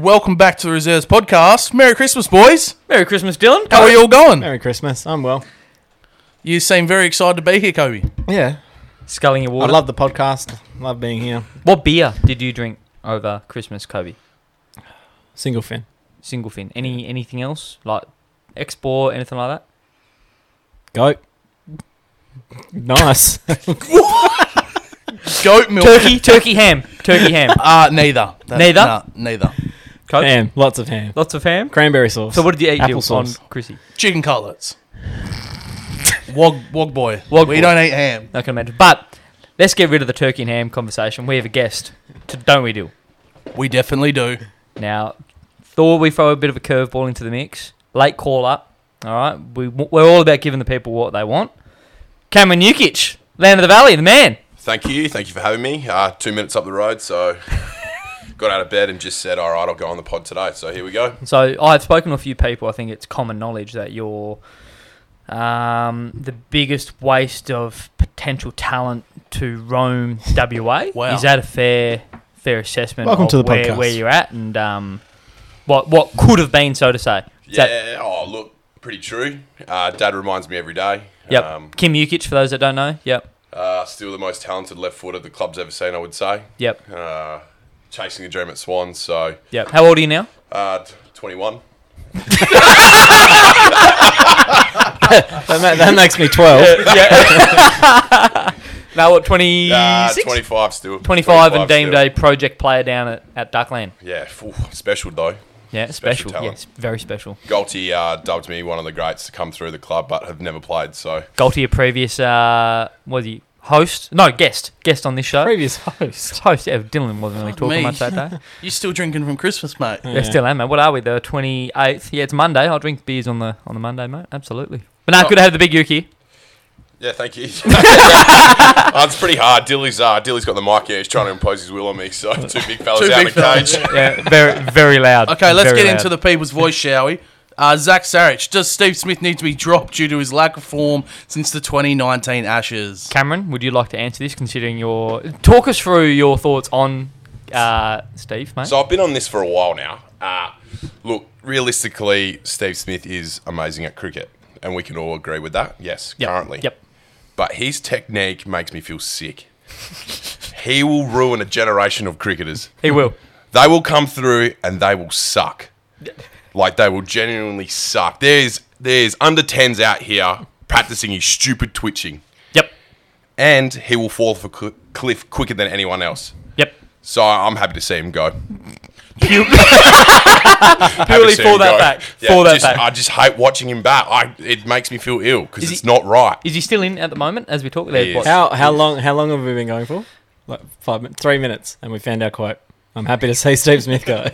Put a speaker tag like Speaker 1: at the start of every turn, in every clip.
Speaker 1: welcome back to the Reserves podcast. Merry Christmas, boys.
Speaker 2: Merry Christmas, Dylan.
Speaker 1: How are you all going?
Speaker 3: Merry Christmas. I'm well.
Speaker 1: You seem very excited to be here, Kobe.
Speaker 3: Yeah.
Speaker 2: Sculling your water.
Speaker 3: I love the podcast. Love being here.
Speaker 2: what beer did you drink over Christmas, Kobe?
Speaker 3: Single fin.
Speaker 2: Single fin. Any anything else like export anything like that?
Speaker 3: Go. Nice.
Speaker 1: Goat milk.
Speaker 2: Turkey, turkey ham, turkey ham.
Speaker 1: Uh, neither. That-
Speaker 2: Neither?
Speaker 1: nah, neither.
Speaker 2: Coke?
Speaker 3: ham. Lots of ham.
Speaker 2: Lots of ham.
Speaker 3: Cranberry sauce.
Speaker 2: So what did you eat
Speaker 3: Apple
Speaker 2: Dylan, on
Speaker 3: sauce.
Speaker 2: Chrissy?
Speaker 1: Chicken cutlets. Wog, wog boy.
Speaker 2: Wog
Speaker 1: we
Speaker 2: boy.
Speaker 1: don't eat ham.
Speaker 2: I can imagine. But let's get rid of the turkey and ham conversation. We have a guest, to, don't we, Dill?
Speaker 1: We definitely do.
Speaker 2: Now, thought we throw a bit of a curveball into the mix. Late call up. All right, we we're all about giving the people what they want. Cameron Nukic, land of the valley, the man.
Speaker 4: Thank you. Thank you for having me. Uh, two minutes up the road, so got out of bed and just said, all right, I'll go on the pod today. So here we go.
Speaker 2: So I've spoken to a few people. I think it's common knowledge that you're um, the biggest waste of potential talent to roam WA.
Speaker 1: Wow.
Speaker 2: Is that a fair fair assessment
Speaker 3: Welcome
Speaker 2: of
Speaker 3: to the
Speaker 2: where,
Speaker 3: podcast.
Speaker 2: where you're at and um, what what could have been, so to say? Is that-
Speaker 4: Yeah. Oh, look, pretty true. Uh, Dad reminds me every day.
Speaker 2: yep.
Speaker 4: Um,
Speaker 2: Kim Jukic, for those that don't know. Yep.
Speaker 4: uh, still the most talented left footer the club's ever seen, I would say.
Speaker 2: Yep.
Speaker 4: Uh, chasing the dream at Swans. So
Speaker 2: Yep. How old are you now?
Speaker 4: uh, t- 21.
Speaker 3: that, ma- that makes me 12.
Speaker 2: now what? Twenty
Speaker 4: Uh,
Speaker 2: six.
Speaker 4: 25 still.
Speaker 2: 25 and deemed
Speaker 4: still.
Speaker 2: a project player down at, at Duckland.
Speaker 4: Yeah. phew, special though.
Speaker 2: Yeah, special.
Speaker 4: talent.
Speaker 2: yes, very special.
Speaker 4: Galty uh, dubbed me one of the greats to come through the club, but have never played. So
Speaker 2: Galty, a previous uh, was he host? No, guest, guest on this show.
Speaker 3: Previous host.
Speaker 2: host. Yeah, Dylan wasn't really talking
Speaker 1: me.
Speaker 2: much that day.
Speaker 1: You still drinking from Christmas, mate?
Speaker 2: yeah. still am, mate. What are we? The twenty eighth. Yeah, it's Monday. I'll drink beers on the on the Monday, mate. Absolutely. But
Speaker 1: Oh.
Speaker 2: no, good to have the big Yuki.
Speaker 4: Yeah, thank you. oh, it's pretty hard. Dilly's uh, Dilly's got the mic. Yeah, he's trying to impose his will on me. So two big fellas
Speaker 1: Two
Speaker 4: out
Speaker 1: big
Speaker 4: of the
Speaker 1: fellas,
Speaker 4: cage.
Speaker 2: Yeah, very very loud.
Speaker 1: Okay, let's
Speaker 2: Very
Speaker 1: get
Speaker 2: loud.
Speaker 1: into the people's voice, shall we? Uh, Zach Sarich, does Steve Smith need to be dropped due to his lack of form since the 2019 Ashes?
Speaker 2: Cameron, would you like to answer this? Considering your talk us through your thoughts on uh, Steve, mate.
Speaker 4: So I've been on this for a while now. Uh, look, realistically, Steve Smith is amazing at cricket, and we can all agree with that. Yes,
Speaker 2: Yep,
Speaker 4: currently.
Speaker 2: Yep.
Speaker 4: But his technique makes me feel sick. he will ruin a generation of cricketers.
Speaker 2: He will.
Speaker 4: They will come through and they will suck. Like they will genuinely suck. There's there's under tens out here practicing his stupid twitching.
Speaker 2: Yep.
Speaker 4: and he will fall off a cl- cliff quicker than anyone else.
Speaker 2: Yep.
Speaker 4: So I'm happy to see him go.
Speaker 2: Purely
Speaker 4: Happy to see
Speaker 2: for
Speaker 4: him
Speaker 2: that
Speaker 4: go.
Speaker 2: fact.
Speaker 4: Yeah,
Speaker 2: for that
Speaker 4: just-
Speaker 2: fact.
Speaker 4: I just hate watching him bat. I, it makes me feel ill because
Speaker 2: Is
Speaker 4: it's
Speaker 2: he-
Speaker 4: not right.
Speaker 2: Is he still in at the moment as we talk? There,
Speaker 4: He
Speaker 2: what,
Speaker 4: is.
Speaker 3: How, how long How long have we been going for? Like five minutes, three minutes, and we found our quote. I'm happy to say Steve Smith go.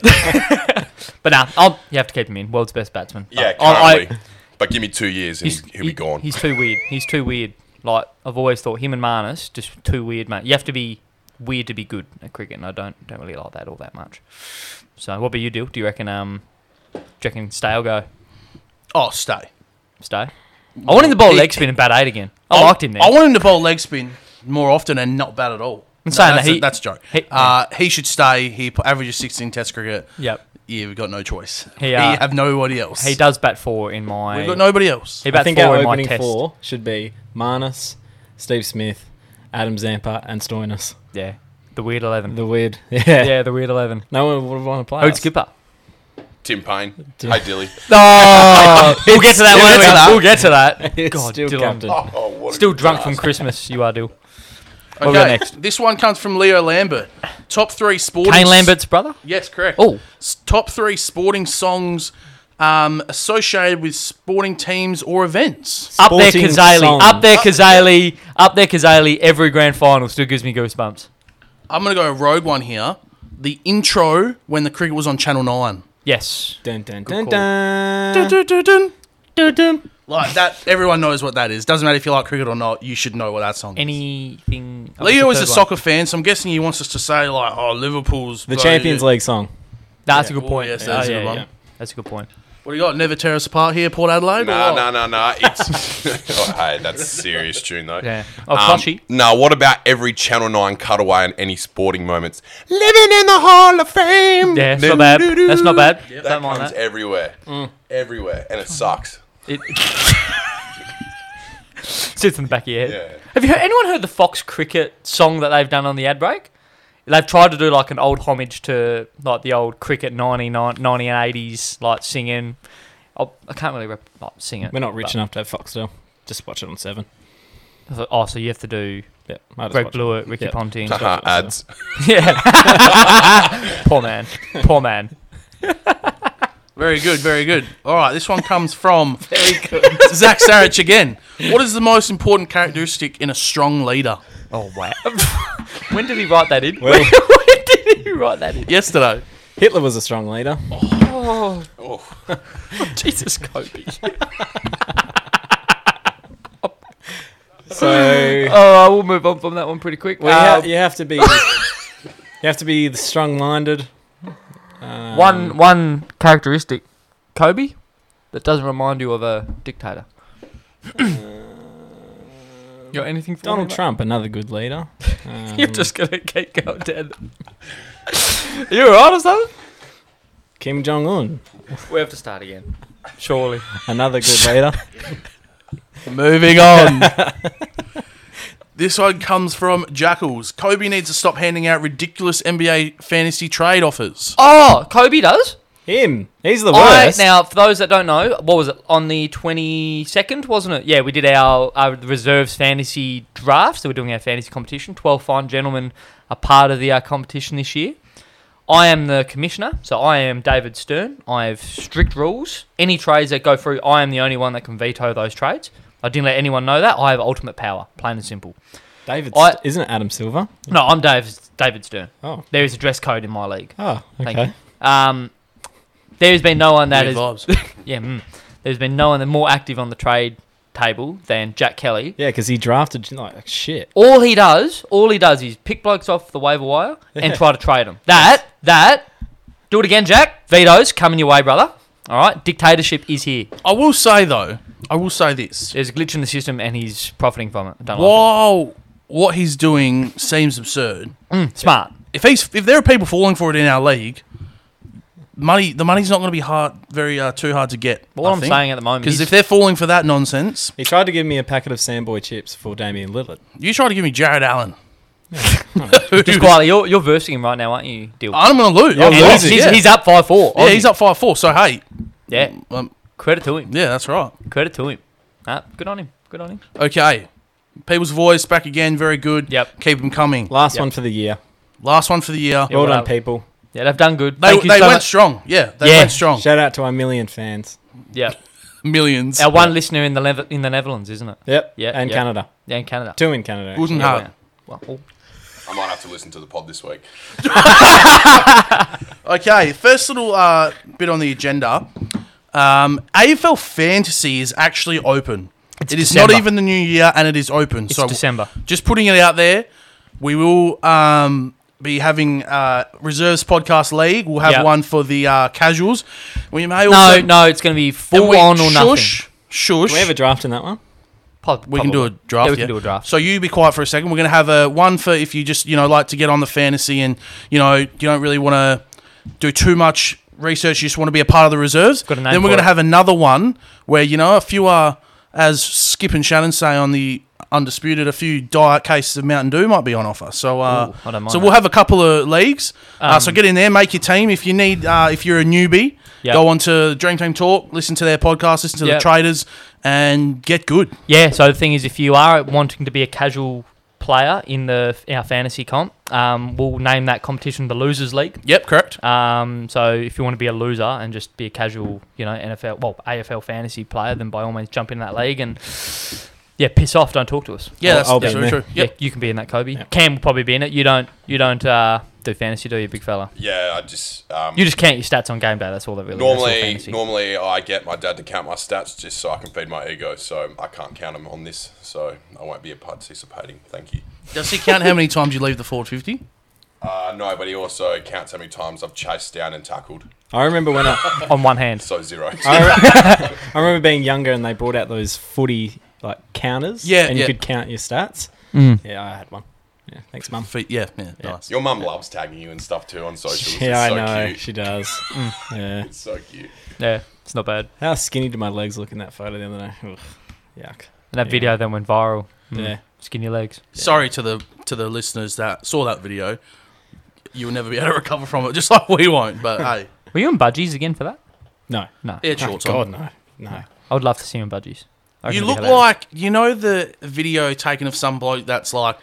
Speaker 2: But nah, I'll, you have to keep him in. World's best batsman.
Speaker 4: Yeah,
Speaker 2: I- I-
Speaker 4: currently. but give me two years and he'll be
Speaker 2: he-
Speaker 4: gone.
Speaker 2: He's too weird. He's too weird. Like I've always thought, him and Marnus just too weird, mate. You have to be weird to be good at cricket, and I don't don't really like that all that much. So what about you, Dill? Do you reckon? Um, do you reckon stay or go?
Speaker 1: Oh, stay.
Speaker 2: Stay. I want him to bowl
Speaker 1: He-
Speaker 2: leg spin and bat eight again. I liked him there.
Speaker 1: I want him to bowl leg spin more often and not bat at all.
Speaker 2: I'm saying
Speaker 1: that's,
Speaker 2: that he-
Speaker 1: a, that's a joke.
Speaker 2: he-
Speaker 1: uh, he should stay. He p- averages 16 Test cricket.
Speaker 2: yep.
Speaker 1: Yeah, we've got no choice.
Speaker 2: He,
Speaker 1: we
Speaker 2: uh,
Speaker 1: have nobody else.
Speaker 2: He does bat four in my.
Speaker 1: We've got nobody else.
Speaker 2: He
Speaker 3: I
Speaker 2: bats
Speaker 3: think
Speaker 2: four
Speaker 3: our
Speaker 2: in my
Speaker 3: opening
Speaker 2: test.
Speaker 3: four should be Marnus, Steve Smith, Adam Zampa, and Stoinis.
Speaker 2: Yeah. The weird eleven.
Speaker 3: The weird. Yeah.
Speaker 2: yeah, Oh, the weird eleven.
Speaker 3: No one would want to play.
Speaker 2: Who'd
Speaker 3: us.
Speaker 2: skipper?
Speaker 4: Tim Payne. hey, Dilly.
Speaker 2: Oh, we'll get to that.
Speaker 1: We'll get to that.
Speaker 2: We'll get to that. We'll get to that.
Speaker 3: It's
Speaker 2: God,
Speaker 3: still
Speaker 2: Dylan.
Speaker 3: captain.
Speaker 4: Oh, oh, what a
Speaker 2: Still
Speaker 4: good
Speaker 2: drunk
Speaker 4: pass.
Speaker 2: from Christmas, you are, Dill.
Speaker 1: Okay,
Speaker 2: we got next?
Speaker 1: This one comes from Leo Lambert. Top three sporting.
Speaker 2: Kane Lambert's brother?
Speaker 1: Yes, correct.
Speaker 2: Oh.
Speaker 1: S- top three sporting songs um, associated with sporting teams or events.
Speaker 2: Up there,
Speaker 3: Sporting
Speaker 2: Kazali.
Speaker 3: songs.
Speaker 2: Up there, Kazali. Up there, Kazali. Every grand final still gives me goosebumps.
Speaker 1: I'm gonna go rogue one here. The intro when the cricket was on Channel Nine.
Speaker 2: Yes.
Speaker 3: Dun, dun, dun,
Speaker 2: call.
Speaker 3: dun.
Speaker 1: Dun, dun, dun.
Speaker 2: Doo-doo.
Speaker 1: Like that, everyone knows what that is. Doesn't matter if you like cricket or not, you should know what that song is.
Speaker 2: Anything. oh,
Speaker 1: Leo
Speaker 2: what's
Speaker 1: is
Speaker 2: the
Speaker 1: a
Speaker 2: third one?
Speaker 1: soccer fan, so I'm guessing he wants us to say like, "Oh, Liverpool's
Speaker 3: The Champions League song.
Speaker 2: That's
Speaker 1: Yeah.
Speaker 2: a good point.
Speaker 1: Oh, yes,
Speaker 2: Oh,
Speaker 1: that's a
Speaker 2: yeah,
Speaker 1: good one.
Speaker 2: yeah. That's a good point.
Speaker 1: What do you got? Never tear us apart here, Port Adelaide.
Speaker 4: Nah,
Speaker 1: Or-
Speaker 4: nah, nah, nah. It's oh, hey, that's a serious tune though.
Speaker 2: Yeah. Oh, Clutchy.
Speaker 4: Now, Um, what about every Channel Nine cutaway and any sporting moments? Living in the Hall of Fame.
Speaker 2: Yeah, it's not bad. That's not bad. Mm.
Speaker 4: That
Speaker 2: Don't mind
Speaker 4: comes
Speaker 2: that.
Speaker 4: everywhere, everywhere, and it sucks.
Speaker 2: It sits in the back of your head.
Speaker 4: Yeah.
Speaker 2: Have you heard, anyone heard the Fox Cricket song that they've done on the ad break? They've tried to do like an old homage to like the old cricket 90, 90 and 80s like singing. I, I can't really rep, like, sing it.
Speaker 3: We're not rich
Speaker 2: but-
Speaker 3: enough to have Foxtel. Just watch it on Seven.
Speaker 2: Oh, so you have to do
Speaker 3: Yeah, might as
Speaker 2: Greg
Speaker 3: watch it.
Speaker 2: Blewett, Ricky
Speaker 3: Yeah.
Speaker 2: Ponting.
Speaker 4: Haha, Ads.
Speaker 2: yeah. Poor man. Poor man.
Speaker 1: Very good, very good. All right, this one comes from Zach Sarich again. What is the most important characteristic in a strong leader?
Speaker 2: Oh, wow. when did he write that in?
Speaker 3: Well-
Speaker 2: when did he write that in?
Speaker 1: Yesterday.
Speaker 3: Hitler was a strong leader.
Speaker 2: Oh,
Speaker 4: Oh,
Speaker 2: Jesus, Kobe.
Speaker 3: So
Speaker 2: Oh, I will move on from that one pretty quick.
Speaker 3: Well,
Speaker 2: Uh,
Speaker 3: you, ha- you have to be, you have to be strong-minded. Um,
Speaker 2: one one characteristic, Kobe, that doesn't remind you of a dictator. Uh, you got anything for me, Hmm.
Speaker 3: Donald
Speaker 2: mate?
Speaker 3: Trump, another good leader. Um,
Speaker 2: You're just gonna keep going down. you alright or something?
Speaker 3: Kim Jong Un,
Speaker 2: We have to start again. Surely.
Speaker 3: another good leader.
Speaker 1: Moving on. this one comes from Jackals. Kobe needs to stop handing out ridiculous NBA fantasy trade offers.
Speaker 2: Oh, Kobe does.
Speaker 3: Him, he's the
Speaker 2: I,
Speaker 3: worst.
Speaker 2: now, for those that don't know, what was it on the twenty second? Wasn't it? Yeah, we did our, our reserves fantasy draft. So we're doing our fantasy competition. Twelve fine gentlemen are part of the uh, competition this year. I am the commissioner, so I am David Stern. I have strict rules. Any trades that go through, I am the only one that can veto those trades. I didn't let anyone know that. I have ultimate power, plain and simple.
Speaker 3: David,
Speaker 2: I-
Speaker 3: isn't it Adam Silver?
Speaker 2: No, I'm Dave, David Stern.
Speaker 3: Oh,
Speaker 2: There is a dress code in my league.
Speaker 3: oh,
Speaker 2: Thank
Speaker 3: okay.
Speaker 2: you. Um, there has been no one that
Speaker 1: Weird
Speaker 2: has
Speaker 1: vibes.
Speaker 2: yeah, mm. there's been no one more active on the trade table than Jack Kelly.
Speaker 3: Yeah, because he drafted like shit.
Speaker 2: All he does, all he does is pick blokes off the waiver wire and try to trade them. That, that, do it again, Jack. Vetoes coming your way, brother. All right, dictatorship is here.
Speaker 1: I will say though, I will say this.
Speaker 2: There's a glitch in the system, and he's profiting from it. I don't like
Speaker 1: While what he's doing seems absurd,
Speaker 2: it. Smart.
Speaker 1: if he's if there are people falling for it in our league, money the money's not going to be hard, very uh, too hard to get.
Speaker 2: But what I am saying um, at the moment
Speaker 1: because
Speaker 2: is,
Speaker 1: if they're falling for that nonsense,
Speaker 3: He tried to give me a packet of Sandboy chips for Damian Lillard.
Speaker 1: you try to give me Jared Allen,
Speaker 2: just quietly, you're, you're versing him right now, aren't you, Deal?
Speaker 1: I'm going to lose.
Speaker 3: You're
Speaker 1: I'm
Speaker 2: And
Speaker 3: losing.
Speaker 2: he's,
Speaker 1: losing,
Speaker 2: he's,
Speaker 1: yeah.
Speaker 2: he's up five four.
Speaker 1: Yeah, he's up five four. So hey,
Speaker 2: Yeah,
Speaker 1: um,
Speaker 2: credit to him.
Speaker 1: yeah, that's right.
Speaker 2: Credit to him. Ah, good on him. Good on him.
Speaker 1: Okay, people's voice back again, very good.
Speaker 2: Yep.
Speaker 1: keep them coming.
Speaker 3: Last
Speaker 2: Yep.
Speaker 3: one for the year.
Speaker 1: Last one for the year.
Speaker 2: Yeah,
Speaker 3: well
Speaker 2: well,
Speaker 3: done,
Speaker 2: I-
Speaker 3: people.
Speaker 2: Yeah, they've done good.
Speaker 1: They,
Speaker 2: Thank you
Speaker 1: they
Speaker 2: so
Speaker 1: went
Speaker 2: much.
Speaker 1: strong. Yeah, they
Speaker 2: Yeah.
Speaker 1: went strong.
Speaker 3: Shout out to our million fans.
Speaker 2: Yeah.
Speaker 1: Millions.
Speaker 2: Our one listener in the Lev- in the Netherlands, isn't it?
Speaker 3: Yep.
Speaker 2: Yeah,
Speaker 3: And
Speaker 2: yeah.
Speaker 3: Canada.
Speaker 2: Yeah, in Canada.
Speaker 3: Two in Canada.
Speaker 1: Wasn't
Speaker 2: Yeah,
Speaker 1: hard.
Speaker 2: wow. Wow. Oh,
Speaker 4: I might have to listen to the pod this week.
Speaker 1: Okay, first little uh, bit on the agenda. Um, AFL Fantasy is actually open. It's not
Speaker 2: December.
Speaker 1: even the new year, and it is open.
Speaker 2: It's
Speaker 1: so
Speaker 2: December.
Speaker 1: Just putting it out there, we will um, be having uh, reserves podcast league. We'll have
Speaker 2: Yeah.
Speaker 1: one for the uh, casuals. We may
Speaker 2: No,
Speaker 1: also
Speaker 2: no, it's going to be
Speaker 1: and
Speaker 2: full
Speaker 1: we-
Speaker 2: on or nothing.
Speaker 1: shush, Shush,
Speaker 3: Do we have a draft in that one?
Speaker 2: Prob-
Speaker 1: we can do a
Speaker 2: probably.
Speaker 1: draft.
Speaker 2: Yeah, we can do a draft.
Speaker 1: So you be quiet for a second. We're going to have a one for if you just you know like to get on the fantasy and you know you don't really want to do too much research. You just want to be a part of the reserves.
Speaker 2: Got a name
Speaker 1: then we're
Speaker 2: for
Speaker 1: going to
Speaker 2: it.
Speaker 1: have another one where you know a few are as Skip and Shannon say on the undisputed, a few diet cases of Mountain Dew might be on offer. So uh,
Speaker 2: Ooh, I don't mind
Speaker 1: so
Speaker 2: that.
Speaker 1: we'll have a couple of leagues. uh,
Speaker 2: Um,
Speaker 1: so get in there, make your team. If you need uh, if you're a newbie.
Speaker 2: Yeah.
Speaker 1: Go on to Dream Team Talk, listen to their podcast, listen to
Speaker 2: Yeah.
Speaker 1: the traders, and get good.
Speaker 2: Yeah. So the thing is, if you are wanting to be a casual player in the our fantasy comp, um, we'll name that competition the Losers League.
Speaker 1: Yep, correct.
Speaker 2: Um, so if you want to be a loser and just be a casual, you know, NFL, well, AFL fantasy player, then by all means jump in that league and yeah, piss off. Don't talk to us.
Speaker 1: Yeah,
Speaker 3: I'll-
Speaker 1: that's,
Speaker 3: I'll
Speaker 1: that's
Speaker 3: be
Speaker 1: very
Speaker 3: in there.
Speaker 1: true. Yep.
Speaker 2: Yeah, you can be in that Kobe.
Speaker 3: Yeah.
Speaker 2: Cam will probably be in it. You don't. You don't uh, do fantasy, do you, big fella?
Speaker 4: Yeah, I just um,
Speaker 2: You just count your stats on game day. That's all that really. that's all
Speaker 4: normally
Speaker 2: fantasy.
Speaker 4: normally I get my dad to count my stats just so I can feed my ego. So I can't count them on this. So I won't be participating. Thank you.
Speaker 1: Does he count how many times you leave the 450?
Speaker 4: Uh, no, but he also counts how many times I've chased down and tackled.
Speaker 3: I remember when I,
Speaker 2: on one hand.
Speaker 4: So zero.
Speaker 2: Ah,
Speaker 3: I, re- I remember being younger and they brought out those footy like counters.
Speaker 1: Yeah,
Speaker 3: and
Speaker 1: yeah.
Speaker 3: you could count your stats. Yeah, I had one. Yeah, thanks, mum.
Speaker 1: Feet, yeah, yeah, nice.
Speaker 4: Your mum loves tagging you and stuff too on socials.
Speaker 3: Yeah,
Speaker 4: it's
Speaker 3: I
Speaker 4: so
Speaker 3: know
Speaker 4: Cute.
Speaker 3: she does. yeah,
Speaker 4: It's so cute.
Speaker 2: Yeah, it's not bad.
Speaker 3: how skinny did my legs look in that photo the other day? Ugh, yuck.
Speaker 2: And that
Speaker 3: Yeah.
Speaker 2: video then went viral. Mm.
Speaker 3: Yeah.
Speaker 2: Skinny legs.
Speaker 1: Sorry to the to the listeners that saw that video. You will never be able to recover from it, just like we won't. But hey,
Speaker 2: Were you in budgies again for that?
Speaker 3: No.
Speaker 2: No.
Speaker 1: air shorts
Speaker 3: God,
Speaker 1: on.
Speaker 3: no. No.
Speaker 2: I would love to see him in budgies.
Speaker 1: You
Speaker 2: Oh, I reckon it'd be
Speaker 1: look
Speaker 2: hilarious.
Speaker 1: like you know the video taken of some bloke that's like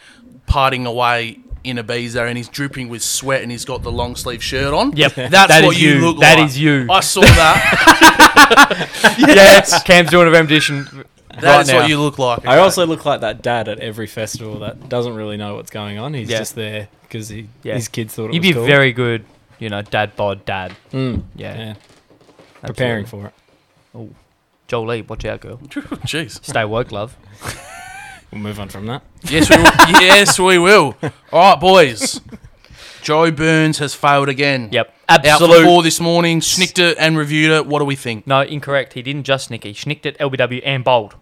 Speaker 1: parting away in a Ibiza and he's drooping with sweat and he's got the long sleeve shirt on.
Speaker 2: Yep.
Speaker 1: that's
Speaker 2: That
Speaker 1: what
Speaker 2: is
Speaker 1: you,
Speaker 2: you.
Speaker 1: look like.
Speaker 2: That is you.
Speaker 1: I saw that.
Speaker 2: yes. Cam's doing a rendition
Speaker 1: That is
Speaker 2: right now.
Speaker 1: what you look like.
Speaker 3: I also look like that dad at every festival that doesn't really know what's going on. He's
Speaker 2: Yeah.
Speaker 3: just there because he,
Speaker 2: Yeah.
Speaker 3: his kids thought it
Speaker 2: You'd
Speaker 3: was
Speaker 2: be
Speaker 3: cool.
Speaker 2: very good, you know, dad bod dad.
Speaker 3: Mm,
Speaker 2: Yeah.
Speaker 3: yeah, preparing for it.
Speaker 2: Jolie, watch out, girl.
Speaker 1: Jeez.
Speaker 2: Stay woke, love.
Speaker 3: We'll move on from that.
Speaker 1: Yes, we will. yes, we will. All right, boys. Joe Burns has failed again.
Speaker 2: Yep.
Speaker 1: Out
Speaker 2: Absolute.
Speaker 1: for four this morning. Snicked it and reviewed it. What do we think?
Speaker 2: No, incorrect. He didn't just nick it. He schnicked it, LBW, and bowled.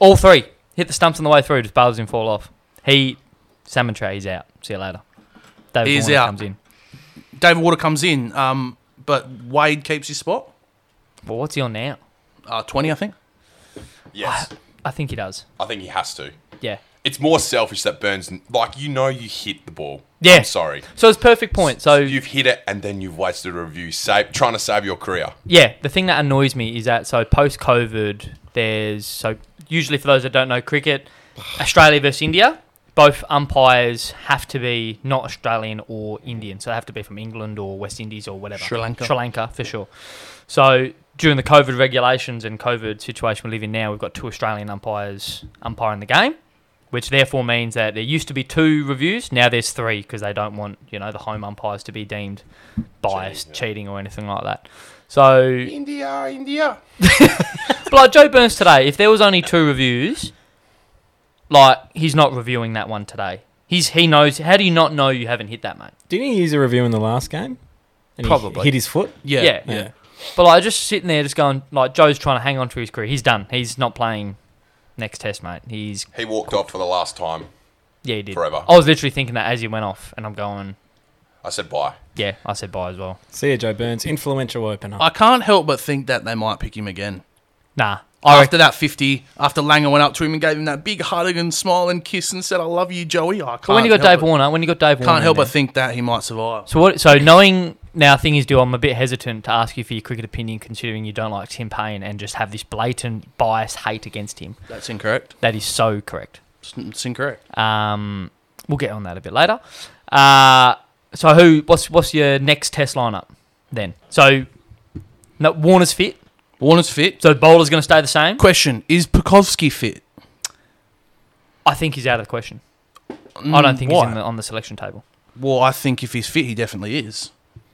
Speaker 2: All three. Hit the stumps on the way through. Just bails him fall off. He, Salmon Tray, he's out. See you later. David
Speaker 1: He's
Speaker 2: Warner
Speaker 1: out.
Speaker 2: comes in.
Speaker 1: David Water comes in, um, but Wade keeps his spot.
Speaker 2: But what's he on now?
Speaker 1: Uh, 20, I think.
Speaker 4: Yes.
Speaker 2: I think he does.
Speaker 4: I think he has to.
Speaker 2: Yeah.
Speaker 4: It's more selfish that Burns, like, you know, you hit the ball.
Speaker 2: Yeah.
Speaker 4: I'm sorry.
Speaker 2: So it's perfect point. So
Speaker 4: You've hit it and then you've wasted a review, save, trying to save your career.
Speaker 2: yeah, the thing that annoys me is that so post COVID, there's so usually for those that don't know cricket, Australia versus India, both umpires have to be not Australian or Indian, so they have to be from England or West Indies or whatever.
Speaker 1: Sri Lanka.
Speaker 2: Sri Lanka for sure. So during the COVID regulations and COVID situation we live in now, we've got two Australian umpires umpiring the game. Which therefore means that there used to be two reviews, now there's three because they don't want you know the home umpires to be deemed biased,
Speaker 4: Cheating,
Speaker 2: cheating, or anything like that. So
Speaker 4: India, India.
Speaker 2: but like Joe Burns today, if there was only two reviews, like he's not reviewing that one today. He's he knows. How do you not know you haven't hit that, mate?
Speaker 3: Didn't he use a review in the last game? And he
Speaker 2: Probably.
Speaker 3: hit his foot.
Speaker 1: Yeah.
Speaker 2: Yeah.
Speaker 3: Yeah.
Speaker 2: But like just sitting there, just going like Joe's trying to hang on to his career. He's done. He's not playing next test, mate. He's
Speaker 4: He walked off for the last time
Speaker 2: yeah, he did.
Speaker 4: forever.
Speaker 2: I was literally thinking that as he went off, and I'm going
Speaker 4: I said bye.
Speaker 2: yeah. I said bye as well.
Speaker 3: See ya, Joe Burns, influential opener.
Speaker 1: I can't help but think that they might pick him again.
Speaker 2: Nah. I reckon
Speaker 1: After that 50, after Langer went up to him and gave him that big hug and smile and kiss and said, I love you, Joey. I can't
Speaker 2: when you got
Speaker 1: help
Speaker 2: Dave
Speaker 1: but-
Speaker 2: Warner, when you got Dave Warner,
Speaker 1: Can't help
Speaker 2: in
Speaker 1: but
Speaker 2: there-
Speaker 1: think that he might survive.
Speaker 2: So what? So knowing now things do, I'm a bit hesitant to ask you for your cricket opinion, considering you don't like Tim Payne and just have this blatant bias hate against him.
Speaker 1: That's incorrect.
Speaker 2: That is so correct.
Speaker 1: It's- It's incorrect.
Speaker 2: Um, we'll get on that a bit later. Uh, so who? What's what's your next test lineup then? So no, Warner's fit,
Speaker 1: Warner's fit.
Speaker 2: so bowler's going to stay the same.
Speaker 1: Question Is Pekowski fit?
Speaker 2: I think he's out of the question. I don't think he's
Speaker 1: Mm, why?
Speaker 2: in the, on the selection table.
Speaker 1: Well, I think if he's fit, he definitely is.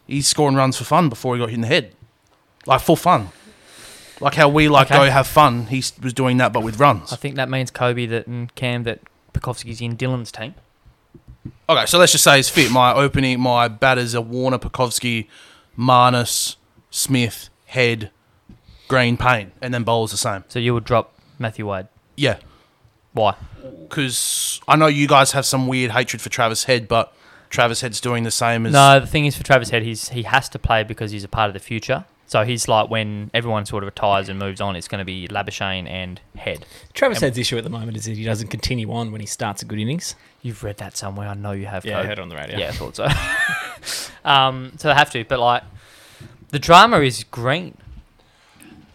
Speaker 1: He's scoring runs for fun before he got hit in the head, like for fun, like how we like
Speaker 2: Okay.
Speaker 1: go have fun. He s- was doing that, but with runs.
Speaker 2: I think that means Kobe that and Cam that Pekowski's in Dylan's team.
Speaker 1: Okay, so let's just say he's fit. My opening, my batters are Warner, Pekowski, Marnus, Smith, Head, Green, Payne, and then bowls the same.
Speaker 2: So you would drop Matthew Wade.
Speaker 1: Yeah,
Speaker 2: Why?
Speaker 1: because I know you guys have some weird hatred for Travis Head, but Travis Head's doing the same as
Speaker 2: No, the thing is for Travis Head, he's he has to play because he's a part of the future. So he's like when everyone sort of retires and moves on, it's going to be Labuschagne and Head.
Speaker 3: Travis Head's issue at the moment is that he doesn't continue on when he starts a good innings.
Speaker 2: You've read that somewhere. I know you have.
Speaker 3: Yeah, I
Speaker 2: Code.
Speaker 3: heard it on the radio.
Speaker 2: Yeah, I thought so. um, so they have to, but like the drama is green.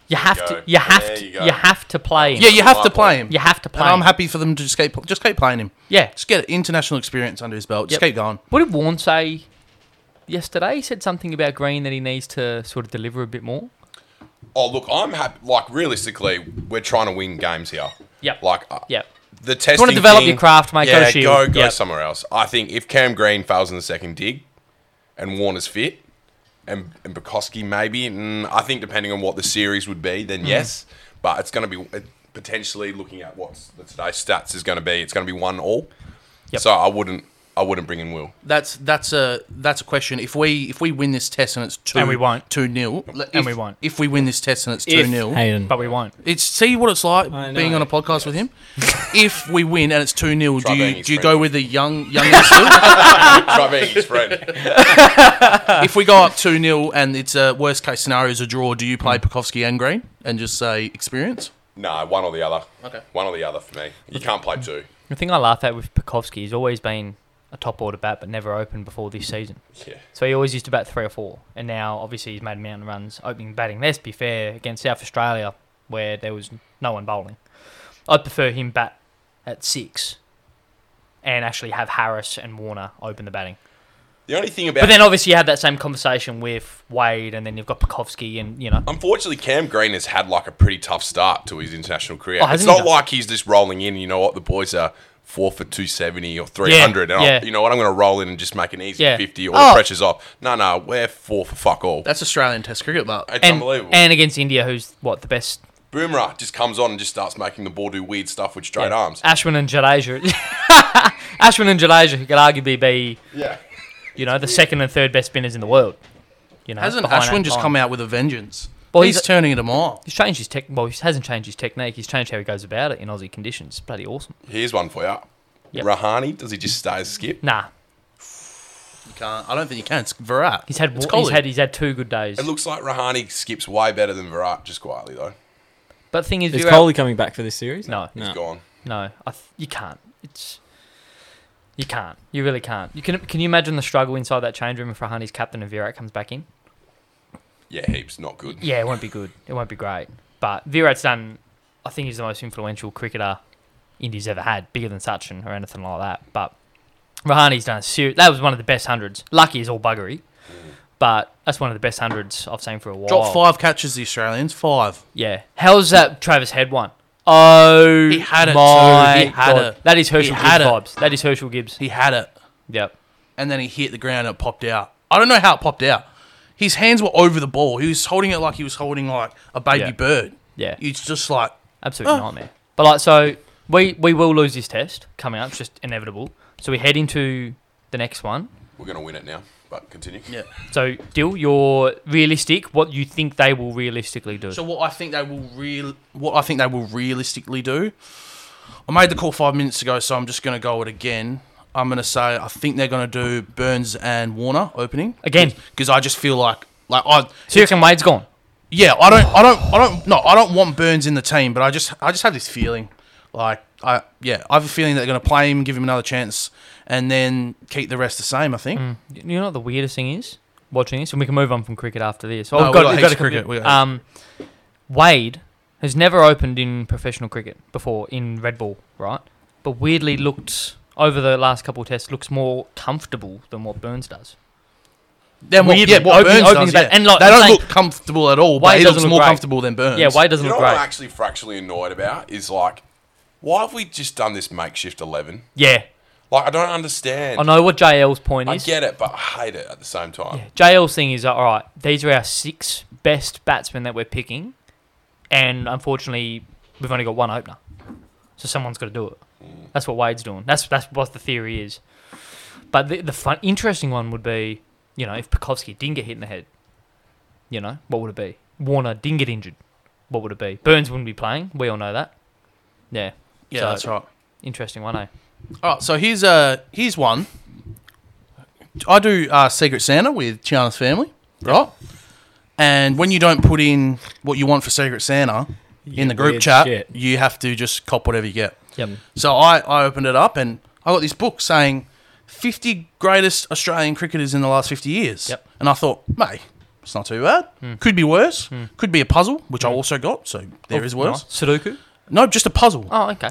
Speaker 2: You have
Speaker 4: go.
Speaker 2: to. You have
Speaker 4: There
Speaker 2: to.
Speaker 4: you
Speaker 2: You,
Speaker 4: go.
Speaker 2: have to play. him.
Speaker 1: yeah, you have to
Speaker 4: Right,
Speaker 1: play
Speaker 4: boy.
Speaker 1: him.
Speaker 2: You have to play.
Speaker 1: And I'm
Speaker 2: him.
Speaker 1: happy for them to just keep just keep playing him.
Speaker 2: Yeah.
Speaker 1: Just get it. international experience under his belt. Just
Speaker 2: Yep.
Speaker 1: keep going.
Speaker 2: What did Warren say yesterday? He said something about Green that he needs to sort of deliver a bit more.
Speaker 4: Oh, look, I'm happy. Like, realistically, we're trying to win games here.
Speaker 2: Yep.
Speaker 4: Like, uh,
Speaker 2: Yeah.
Speaker 4: the testing.
Speaker 2: wanna develop
Speaker 4: thing-
Speaker 2: your craft, mate, go
Speaker 4: Yeah,
Speaker 2: to Shield.
Speaker 4: go, go
Speaker 2: Yep.
Speaker 4: somewhere else. I think if Cam Green fails in the second dig, and Warner's fit, and and Bukowski maybe, mm, I think depending on what the series would be,
Speaker 2: Mm.
Speaker 4: then yes. But it's going to be uh, potentially looking at what today's stats is going to be. It's going to be one all.
Speaker 2: Yep.
Speaker 4: So I wouldn't I wouldn't bring in Will.
Speaker 1: That's that's a that's a question. If we if we win this test and it's two
Speaker 2: And we won't.
Speaker 1: two nil if,
Speaker 2: And we won't.
Speaker 1: if we win this test and it's two
Speaker 2: If-
Speaker 1: nil
Speaker 3: Hayden.
Speaker 2: But we won't.
Speaker 1: It's see what it's like
Speaker 3: I know.
Speaker 1: being on a podcast with him. if we win and it's two 0 do
Speaker 4: Try being
Speaker 1: you
Speaker 4: his
Speaker 1: do you
Speaker 4: friend.
Speaker 1: go with the young youngest? still?
Speaker 4: Try being his friend.
Speaker 1: if we go up two 0 and it's a worst case scenario is a draw, do you play Pekowski and Green and just say experience?
Speaker 4: No, one or the other.
Speaker 1: Okay.
Speaker 4: One or the other for me. You can't play two.
Speaker 2: The thing I laugh at with Pekowski, he's always been a top order bat, but never opened before this season.
Speaker 4: Yeah.
Speaker 2: So he always used to bat three or four, and now obviously he's made mountain runs opening batting. Let's be fair against South Australia, where there was no one bowling. I'd prefer him bat at six, and actually have Harris and Warner open the batting.
Speaker 4: The only thing about
Speaker 2: But then obviously you have that same conversation with Wade, and then you've got Pekowski, and you know
Speaker 4: Unfortunately, Cam Green has had like a pretty tough start to his international career.
Speaker 2: Oh, hasn't
Speaker 4: it's
Speaker 2: he
Speaker 4: not
Speaker 2: though?
Speaker 4: like he's just rolling in. You know what? The boys are four for two seventy or three hundred, and I'll-
Speaker 2: yeah.
Speaker 4: you know what? I'm going to roll in and just make an easy
Speaker 2: Yeah.
Speaker 4: fifty, or
Speaker 2: Oh.
Speaker 4: the pressure's off. No, no, we're four for fuck all.
Speaker 1: That's Australian Test cricket, but
Speaker 4: It's
Speaker 2: and
Speaker 4: unbelievable.
Speaker 2: and against India, who's what the best
Speaker 4: Boomerah just comes on and just starts making the ball do weird stuff with straight arms.
Speaker 2: Ashwin and Jadeja. Ashwin and Jadeja could arguably be,
Speaker 4: Yeah.
Speaker 2: you know, the second and third best spinners in the world. You know,
Speaker 1: hasn't
Speaker 2: behind
Speaker 1: Ashwin just
Speaker 2: Ant
Speaker 1: come
Speaker 2: Vine.
Speaker 1: out with a vengeance?
Speaker 2: Well,
Speaker 1: he's,
Speaker 2: he's-
Speaker 1: turning it a mile.
Speaker 2: He's changed his tech. Well, he hasn't changed his technique. He's changed how he goes about it in Aussie conditions. It's bloody awesome.
Speaker 4: Here's one for you.
Speaker 2: Yep.
Speaker 4: Rahani, does he just stay as skip?
Speaker 2: Nah,
Speaker 1: You can't. I don't think you can. It's Virat.
Speaker 2: he's had
Speaker 1: It's
Speaker 2: wa- he's
Speaker 1: Kohli.
Speaker 2: had he's had two good days.
Speaker 4: It looks like Rahani skips way better than Virat, just quietly though.
Speaker 2: But the thing is,
Speaker 3: Is
Speaker 2: Virat-
Speaker 3: Kohli coming back for this series?
Speaker 2: No,
Speaker 4: He's gone.
Speaker 2: no, I th- you can't. It's you can't. You really can't. You can. Can you imagine the struggle inside that change room if Rahani's captain and Virat comes back in?
Speaker 4: Yeah, heaps not good.
Speaker 2: Yeah, it won't be good. It won't be great. But Virat's done. I think he's the most influential cricketer India's ever had, bigger than Sachin or anything like that. But Rahani's done a serious. That was one of the best hundreds. Lucky is all buggery, but that's one of the best hundreds I've seen for a while.
Speaker 1: dropped five catches. The Australians five.
Speaker 2: Yeah. How's that Travis Head one? Oh,
Speaker 1: He had it
Speaker 2: my
Speaker 1: too. He had
Speaker 2: God.
Speaker 1: it.
Speaker 2: That is Herschel
Speaker 1: He
Speaker 2: Gibbs
Speaker 1: had it.
Speaker 2: vibes. That is Herschel Gibbs.
Speaker 1: He had it.
Speaker 2: Yep.
Speaker 1: and then he hit the ground and it popped out. I don't know how it popped out. His hands were over the ball. He was holding it like he was holding like a baby
Speaker 2: Yeah.
Speaker 1: bird.
Speaker 2: Yeah.
Speaker 1: It's just like
Speaker 2: Absolute
Speaker 1: Oh.
Speaker 2: nightmare. But like, so we we will lose this test coming up. It's just inevitable. So we head into the next one.
Speaker 4: We're gonna win it now. But continue.
Speaker 1: yeah.
Speaker 2: So, Dill, you're realistic. What you think they will realistically do?
Speaker 1: So what I think they will real what I think they will realistically do. I made the call five minutes ago, so I'm just gonna go it again. I'm gonna say I think they're gonna do Burns and Warner opening
Speaker 2: Again.
Speaker 1: because I just feel like like I
Speaker 2: so you reckon Wade's gone?
Speaker 1: Yeah, I don't, I don't, I don't. No, I don't want Burns in the team, but I just, I just have this feeling, like, I, yeah, I have a feeling that they're going to play him, give him another chance, and then keep the rest the same. I think.
Speaker 2: You know what the weirdest thing is watching this, and we can move on from cricket after this. Oh,
Speaker 1: No,
Speaker 2: I've
Speaker 1: we got heaps of cricket, we got
Speaker 2: um, Wade has never opened in professional cricket before in Red Bull, right? But weirdly looked over the last couple of tests looks more comfortable than what Burns does.
Speaker 1: Then what?
Speaker 2: Weirdly,
Speaker 1: Yeah, what
Speaker 2: opening-
Speaker 1: Burns
Speaker 2: opening
Speaker 1: does,
Speaker 2: that-
Speaker 1: yeah.
Speaker 2: and like
Speaker 1: they
Speaker 2: I'm
Speaker 1: don't
Speaker 2: saying-
Speaker 1: look comfortable at all.
Speaker 2: Wade
Speaker 1: But he looks
Speaker 2: doesn't look
Speaker 1: more
Speaker 2: great.
Speaker 1: comfortable than Burns.
Speaker 2: Yeah, Wade doesn't
Speaker 4: You know
Speaker 2: look
Speaker 4: what I'm
Speaker 2: great.
Speaker 4: actually fractionally annoyed about is like, why have we just done this makeshift eleven?
Speaker 2: Yeah,
Speaker 4: Like I don't understand.
Speaker 2: I know what JL's point
Speaker 4: I
Speaker 2: is.
Speaker 4: get it, but I hate it at the same time.
Speaker 2: JL's thing is all right. These are our six best batsmen that we're picking, and unfortunately, we've only got one opener, so someone's got to do it. That's what Wade's doing. That's that's what the theory is. But the the fun, interesting one would be, you know, if Pekowski didn't get hit in the head, you know, what would it be? Warner didn't get injured, what would it be? Burns wouldn't be playing. We all know that. Yeah,
Speaker 1: yeah,
Speaker 2: So-
Speaker 1: that's right.
Speaker 2: interesting one, eh?
Speaker 1: All right, so here's uh here's one. I do uh, Secret Santa with Chiana's family, right? And when you don't put in what you want for Secret Santa in the group
Speaker 3: weird
Speaker 1: chat,
Speaker 3: shit.
Speaker 1: you have to just cop whatever you get.
Speaker 2: Yep.
Speaker 1: So I, I opened it up and I got this book saying 50 greatest Australian cricketers in the last 50 years.
Speaker 2: Yep. Hmm.
Speaker 1: And I thought, mate, it's not too bad. Could be worse. Could be a puzzle, which I also got. So
Speaker 2: Oh,
Speaker 1: there is worse.
Speaker 2: Sudoku.
Speaker 1: No, just a puzzle.
Speaker 2: Oh, okay.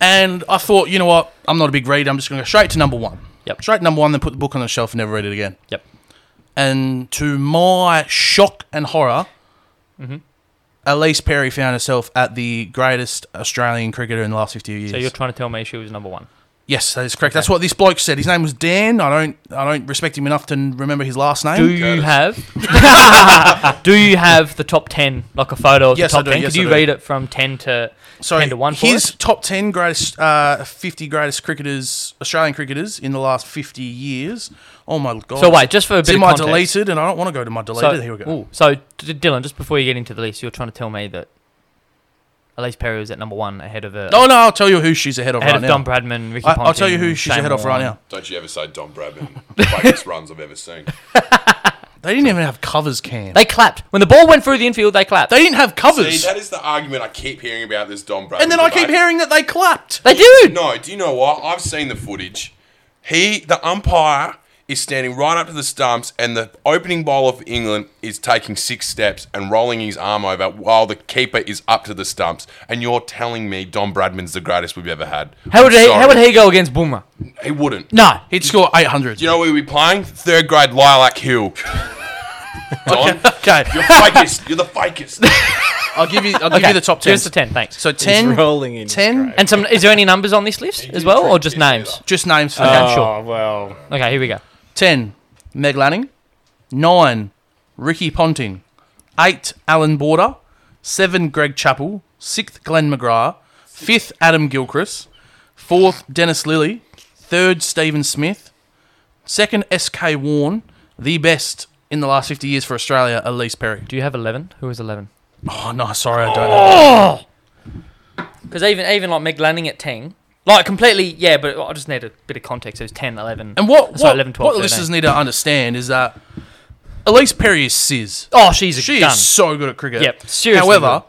Speaker 1: And I thought, you know what? I'm not a big reader. I'm just going to go straight to number one.
Speaker 2: Yep.
Speaker 1: Straight to number one, then put the book on the shelf and never read it again.
Speaker 2: Yep.
Speaker 1: And to my shock and horror,
Speaker 2: Mm-hmm.
Speaker 1: Elise Perry found herself at the greatest Australian cricketer in the last 50 years.
Speaker 2: So you're trying to tell me she was number one?
Speaker 1: Yes, that is correct. That's what this bloke said. His name was Dan. I don't I don't respect him enough to n- remember his last name.
Speaker 2: Do you
Speaker 4: Curtis.
Speaker 2: have? do you have the top ten, like a photo of
Speaker 1: Yes,
Speaker 2: the
Speaker 1: I
Speaker 2: top
Speaker 1: do,
Speaker 2: ten?
Speaker 1: yes,
Speaker 2: Could
Speaker 1: I
Speaker 2: you
Speaker 1: do.
Speaker 2: read it from ten to
Speaker 1: so
Speaker 2: ten to one for
Speaker 1: his
Speaker 2: us?
Speaker 1: top ten greatest uh, fifty greatest cricketers Australian cricketers in the last fifty years. Oh my god.
Speaker 2: So wait, just for a
Speaker 1: It's
Speaker 2: bit
Speaker 1: in
Speaker 2: of
Speaker 1: my
Speaker 2: context.
Speaker 1: deleted and I don't want to go to my deleted.
Speaker 2: So,
Speaker 1: Here we go.
Speaker 2: ooh, so D- Dylan, just before you get into the list, you're trying to tell me that Elise Perry was at number one ahead of a,
Speaker 1: No, no, I'll tell you who she's ahead of
Speaker 2: ahead
Speaker 1: right
Speaker 2: of
Speaker 1: Oh, now.
Speaker 2: Don Bradman, Ricky
Speaker 1: I, I'll
Speaker 2: Ponting,
Speaker 1: tell you who she's
Speaker 2: Shane
Speaker 1: ahead of right
Speaker 2: Warne.
Speaker 1: now.
Speaker 4: Don't you ever say Don Bradman. Greatest runs I've ever seen.
Speaker 1: They didn't even have covers can. They,
Speaker 2: They clapped when the ball went through the infield. They clapped. They,
Speaker 1: didn't have
Speaker 4: See,
Speaker 1: covers.
Speaker 4: that is the argument I keep hearing about this Don Bradman.
Speaker 1: and then I keep
Speaker 4: debate.
Speaker 1: hearing that they clapped.
Speaker 2: did.
Speaker 4: No, do you know what? I've seen the footage. He, the umpire, is standing right up to the stumps, and the opening bowler for England is taking six steps and rolling his arm over while the keeper is up to the stumps. And you're telling me Don Bradman's the greatest we've ever had?
Speaker 2: How would
Speaker 4: I'm
Speaker 2: he?
Speaker 4: sorry.
Speaker 2: How would he go against Boomer?
Speaker 4: He wouldn't.
Speaker 2: No.
Speaker 1: He'd score 800.
Speaker 4: Do you know where we'd be playing? Third grade Lilac Hill. Don,
Speaker 1: okay,
Speaker 4: you're fakest. You're the fakest.
Speaker 1: I'll give you. I'll give you the top ten.
Speaker 2: Give us the ten, thanks.
Speaker 1: So
Speaker 3: He's
Speaker 1: 10,
Speaker 3: rolling in.
Speaker 1: 10
Speaker 2: and some. Is there any numbers on this list as well, or just
Speaker 4: Yeah.
Speaker 2: names?
Speaker 1: just names for
Speaker 3: Oh,
Speaker 1: that.
Speaker 2: sure.
Speaker 3: well.
Speaker 2: Okay, here we go.
Speaker 1: 10, Meg Lanning. 9, Ricky Ponting. 8, Alan Border. 7, Greg Chappell. 6th, Glenn McGrath. 5th, Adam Gilchrist. 4th, Dennis Lilly. 3rd, Stephen Smith. 2nd, S.K. Warren. The best in the last 50 years for Australia, Elise Perry.
Speaker 2: Do you have eleven? Who is eleven?
Speaker 1: Oh, no, sorry, I don't know.
Speaker 2: Because even even like Meg Lanning at ten, like completely yeah. But I just need a bit of context. It was 10, 11.
Speaker 1: And what, what,
Speaker 2: sorry, 11, 12,
Speaker 1: what the
Speaker 2: 13.
Speaker 1: listeners need to understand is that Elise Perry is Sizz.
Speaker 2: oh, she's a
Speaker 1: She
Speaker 2: gun.
Speaker 1: is so good at cricket.
Speaker 2: Yep, seriously
Speaker 1: However,